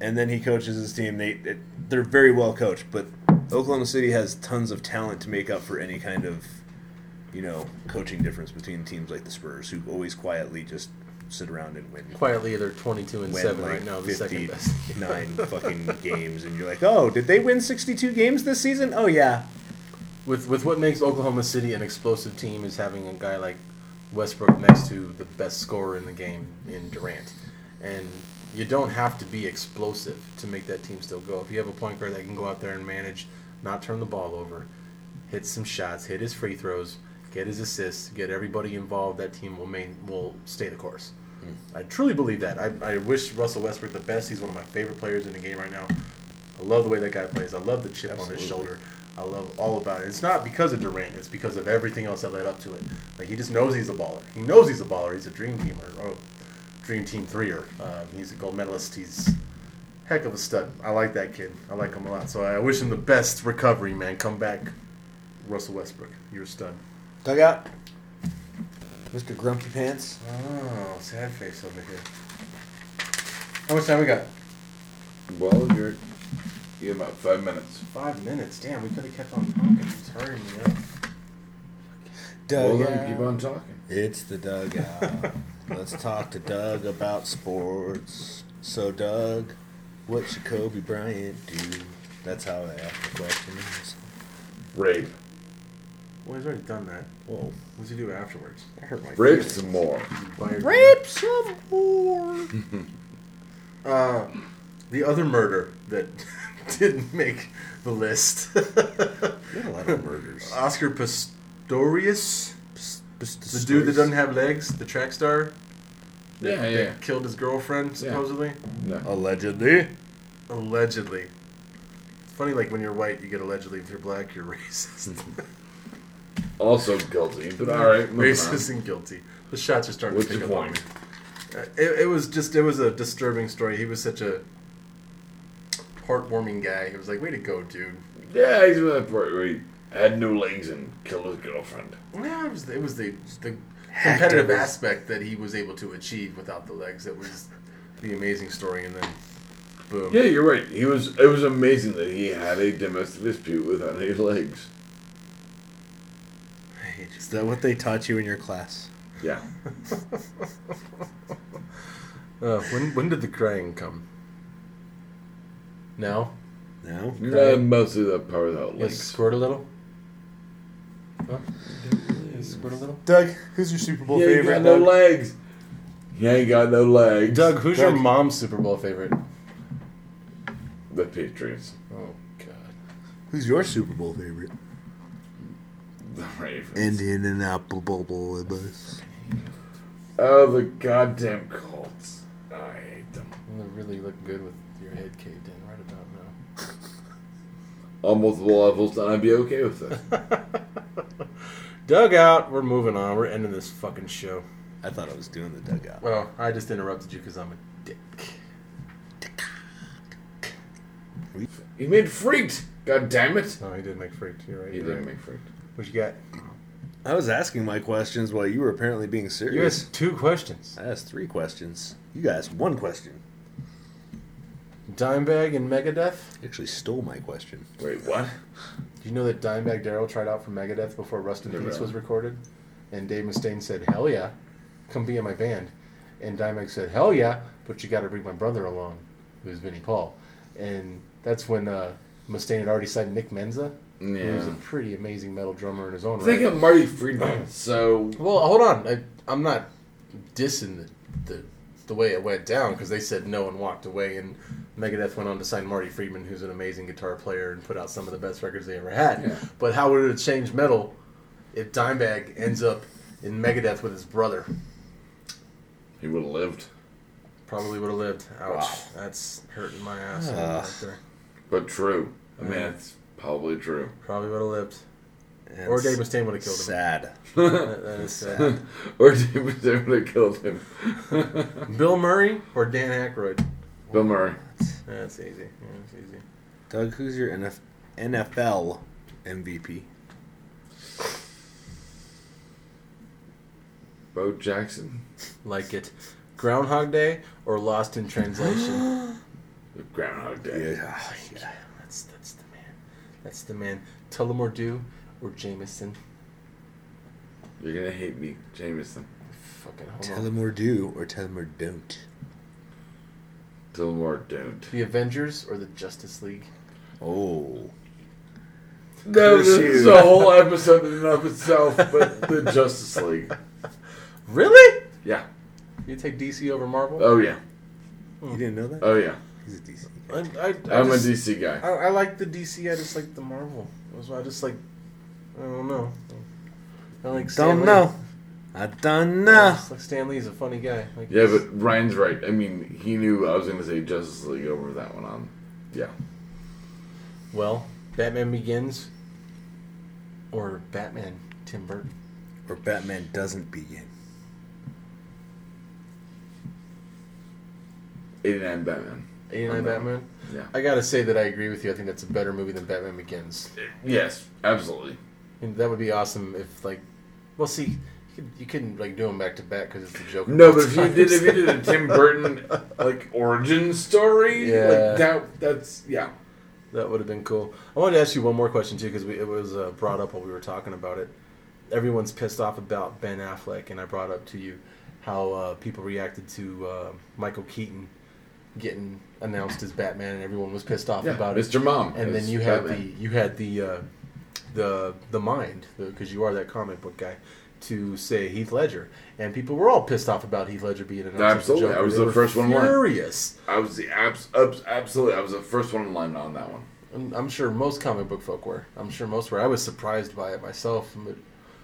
C: And then he coaches his team. They it- they're very well coached, but Oklahoma City has tons of talent to make up for any kind of you know coaching difference between teams like the Spurs, who always quietly just sit around and win.
B: quietly. They're twenty two and
C: Win
B: seven
C: like
B: right now. The second best. *laughs*
C: 59 fucking games, and you're like, oh, did they win 62 games this season? Oh, yeah.
B: with with what makes Oklahoma City an explosive team is having a guy like Westbrook next to the best scorer in the game in Durant, and you don't have to be explosive to make that team still go. If you have a point guard that can go out there and manage, not turn the ball over, hit some shots, hit his free throws, get his assists, get everybody involved, that team will main will stay the course. I truly believe that. I, I wish Russell Westbrook the best. He's one of my favorite players in the game right now. I love the way that guy plays. I love the chip on his shoulder. I love all about it. It's not because of Durant. It's because of everything else that led up to it. Like he just knows he's a baller. He knows he's a baller. He's a dream teamer. Oh, dream team threer. Uh, he's a gold medalist. He's heck of a stud. I like that kid. I like him a lot. So I wish him the best recovery, man. Come back, Russell Westbrook. You're a stud.
C: Dugout. Mr. Grumpy Pants.
B: Oh, sad face over here. How much time we got?
E: Well, you're you have about five minutes.
B: Five minutes. Damn, we could have kept on talking. It's hurrying me up.
E: Well, then keep on talking.
C: It's the dugout. Let's talk to Doug about sports. So, Doug, what should Kobe Bryant do? That's how I ask the questions.
E: Rape,
B: Well, he's already done that.
E: Oh.
C: Whoa.
B: What does he do afterwards? I hurt my
E: rape some more.
B: Rape some more. uh, the other murder that *laughs* didn't make the list. *laughs*
C: A lot of murders.
B: Oscar Pistorius, the dude that doesn't have legs, the track star
E: Yeah, yeah.
B: that killed his girlfriend supposedly,
E: No.
C: Allegedly.
B: allegedly. Funny, like when you're white, you get allegedly. If you're black, you're *laughs* racist.
E: Also guilty, but all right. moving
B: racist and guilty. The shots are
E: on.
B: starting
E: What's
B: to
E: your
B: pick up on me.
E: point?
B: Uh, It, it was just it was a disturbing story. He was such a heartwarming guy. It was like, way to go, dude.
E: Yeah, he's with that part where he had no legs and killed his girlfriend.
B: Yeah, it was the, it was the the competitive aspect that he was able to achieve without the legs. That was the amazing story. And then, boom.
E: Yeah, you're right. He was. It was amazing that he had a domestic dispute without any legs.
C: Is that what they taught you in your class?
E: Yeah.
B: Uh, when when did the crying come? Now,
C: No?
E: No, mostly the part without legs.
B: squirt a little. Huh? Squirt a little.
C: Doug, who's your Super Bowl
E: He ain't got no legs. He ain't got no legs.
B: Doug, who's
C: Doug.
B: your mom's Super Bowl favorite?
E: The Patriots.
B: Oh God.
C: who's your Super Bowl favorite?
E: The Ravens.
C: Indian and Apple Bowl Boys.
E: Oh, the goddamn Colts. I hate them.
B: You're really looking good with your head caved in right about now.
E: On multiple levels, and I'd be okay with *laughs* that.
B: Dugout, we're moving on. We're ending this fucking show.
C: I thought I was doing the dugout.
B: Well, I just interrupted you because I'm a dick.
E: he made Freaked. God damn it.
B: No, Oh, he did make freaked. You're right.
E: He
B: you're
E: didn't
B: right.
E: make Freaked.
B: What you got?
C: I was asking my questions while you were apparently being
B: You
C: serious.
B: asked two questions.
C: I asked three questions. You guys, one question.
B: Dimebag and Megadeth.
C: You actually stole my question.
E: Wait, what?
B: Do you know that Dimebag Daryl tried out for Megadeth before Rust in
E: No,
B: Peace
E: no.
B: was recorded? And Dave Mustaine said, "Hell yeah, come be in my band." And Dimebag said, "Hell yeah, but you got to bring my brother along, who's Vinnie Paul." And that's when uh, Mustaine had already signed Nick Menza, who was a
E: Yeah.
B: pretty amazing metal drummer in his own right.
E: Think of Marty *clears throat* Friedman. So,
B: Well, hold on. I, I'm not dissing the, the, the way it went down because they said no and walked away. And Megadeth went on to sign Marty Friedman, who's an amazing guitar player and put out some of the best records they ever had.
E: Yeah.
B: But how would it have changed metal if Dimebag ends up in Megadeth with his brother?
E: he would have lived.
B: Probably would have lived. Ouch. That's hurting my ass. right there.
E: But true. I mean, it's probably true. *laughs*
B: Probably would have lived.
C: And
B: Or Dave
C: s-
B: Mustaine would have killed him.
C: Sad.
B: That- that is sad.
E: Or David would have killed him.
B: Bill Murray or Dan Aykroyd?
E: Bill Murray.
B: That's easy. Yeah, That's easy.
C: Doug, who's your NF- NFL MVP?
E: Bo Jackson.
B: like it Groundhog Day or Lost in
E: *gasps*
B: Translation.
E: Groundhog Day.
C: Oh, yeah.
B: that's that's the man. That's the man. Tullamore Dew or Jameson.
E: You're going to hate me, Jameson.
B: Fucking
C: Tell
B: hold on.
C: him or do, or tell him or don't.
E: Till more don't.
B: The Avengers or the Justice League.
C: Oh.
E: No,
C: Curse
E: this
C: you.
E: is a whole episode in and of itself, but the *laughs* Justice League.
B: Really?
E: Yeah.
B: You take DC over Marvel?
E: Oh, yeah.
C: You didn't know
B: Uh,
C: that?
E: Oh, yeah.
C: He's a DC.
B: I, I, I,
E: I'm
B: just,
E: a DC guy.
B: I, I like the DC. I just like the Marvel. That's why I just like. I don't know. I like Stan
C: Don't
B: Lee.
C: know. I don't
B: I
C: know.
B: just like Stan Lee's a funny guy. Like
E: Yeah, but Ryan's right. I mean, he knew I was going to say Justice League over that one on. Yeah.
B: well, Batman Begins or Batman Tim Burton.
C: Or Batman doesn't begin.
E: Eighty nine Batman.
B: 89 Batman.
E: Yeah.
B: I gotta say that I agree with you. I think that's a better movie than Batman Begins.
E: Yes, absolutely.
B: And that would be awesome if like, well, see, you, could, you couldn't like do them back to back because it's the Joker.
E: No, but if you
B: Sometimes.
E: did if you did a Tim Burton like origin story,
B: Yeah.
E: like that that's yeah.
B: that would have been cool. I wanted to ask you one more question too because it was uh, brought up while we were talking about it. Everyone's pissed off about Ben Affleck, and I brought up to you how uh, people reacted to uh, Michael Keaton getting announced as Batman, and everyone was pissed off
E: yeah
B: about it.
E: Mr. Mom.
B: and then
E: as
B: you had
E: Batman.
B: the you had the uh, the the mind because you are that comic book guy to say Heath Ledger, and people were all pissed off about Heath Ledger being an
E: Absolutely. I was the first one won.
B: Furious.
E: I was the abs, abs absolutely I was the first one in line on that one.
B: I'm, I'm sure most comic book folk were. I'm sure most were. I was surprised by it myself. but-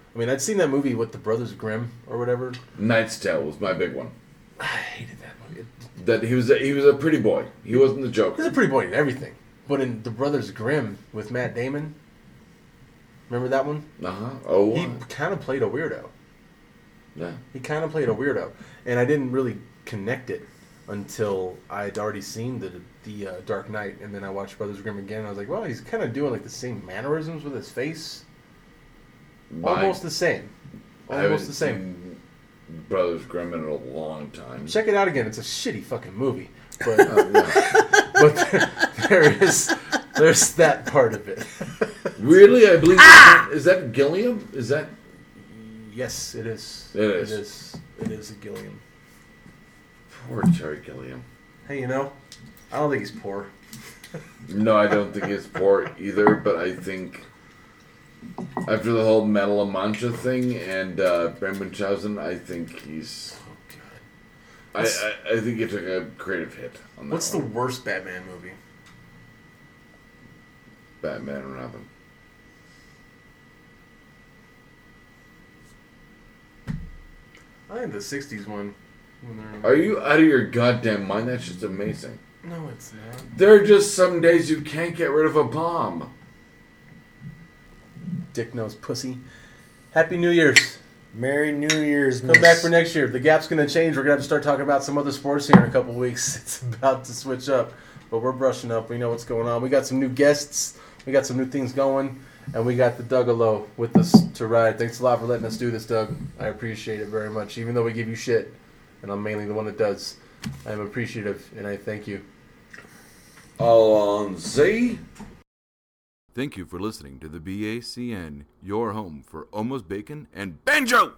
B: I mean, I'd seen that movie with the Brothers Grimm or whatever.
E: Knight's Tale was my big one.
B: I hated that movie.
E: That he was a, he was a pretty boy. He wasn't the
B: He's a *laughs*
E: Joker.
B: pretty boy in everything, but in the Brothers Grimm with Matt Damon, remember that one?
E: Uh huh. Oh,
B: He
E: uh,
B: kind of played a weirdo.
E: yeah.
B: He kind of played a weirdo, and I didn't really connect it until I had already seen the the uh, Dark Knight, and then I watched Brothers Grimm again. And I was like, well, he's kind of doing like the same mannerisms with his face, almost the same,
E: I haven't
B: almost the same.
E: seen Brothers Grimm in a long time. *laughs*
B: Check it out again. It's a shitty fucking movie, but
E: Uh, yeah.
B: but there, there is there's that part of it.
E: Weirdly, I believe
B: Ah!
E: that is that Gilliam. Is that
B: yes, it is.
E: It is.
B: It is. It is a Gilliam.
E: poor Terry Gilliam?
B: Hey, you know, I don't think he's poor.
E: No, I don't think it's poor either. But I think after the whole Medal of Mancha thing and uh, Ben Munchausen, I think he's.
B: Oh god.
E: I, I, I think he took a creative hit on that.
B: What's the
E: one.
B: worst Batman movie?
E: Batman and Robin?
B: I think the '60s one. When they're-
E: Are you out of your goddamn mind? That's just amazing.
B: No, it's not.
E: There are just some days you can't get rid of a bomb.
B: Dick knows pussy. Happy New Year's.
C: Merry New Year's,
B: Come back for next year. The gap's going to change. We're going to have to start talking about some other sports here in a couple weeks. *laughs* It's about to switch up, but we're brushing up. We know what's going on. We got some new guests. We got some new things going, and we got the Dougalo with us to ride. Thanks a lot for letting us do this, Doug. I appreciate it very much. Even though we give you shit, and I'm mainly the one that does, I'm appreciative and I thank you.
E: All on Z.
A: Thank you for listening to the BACN, your home for almost bacon and banjo!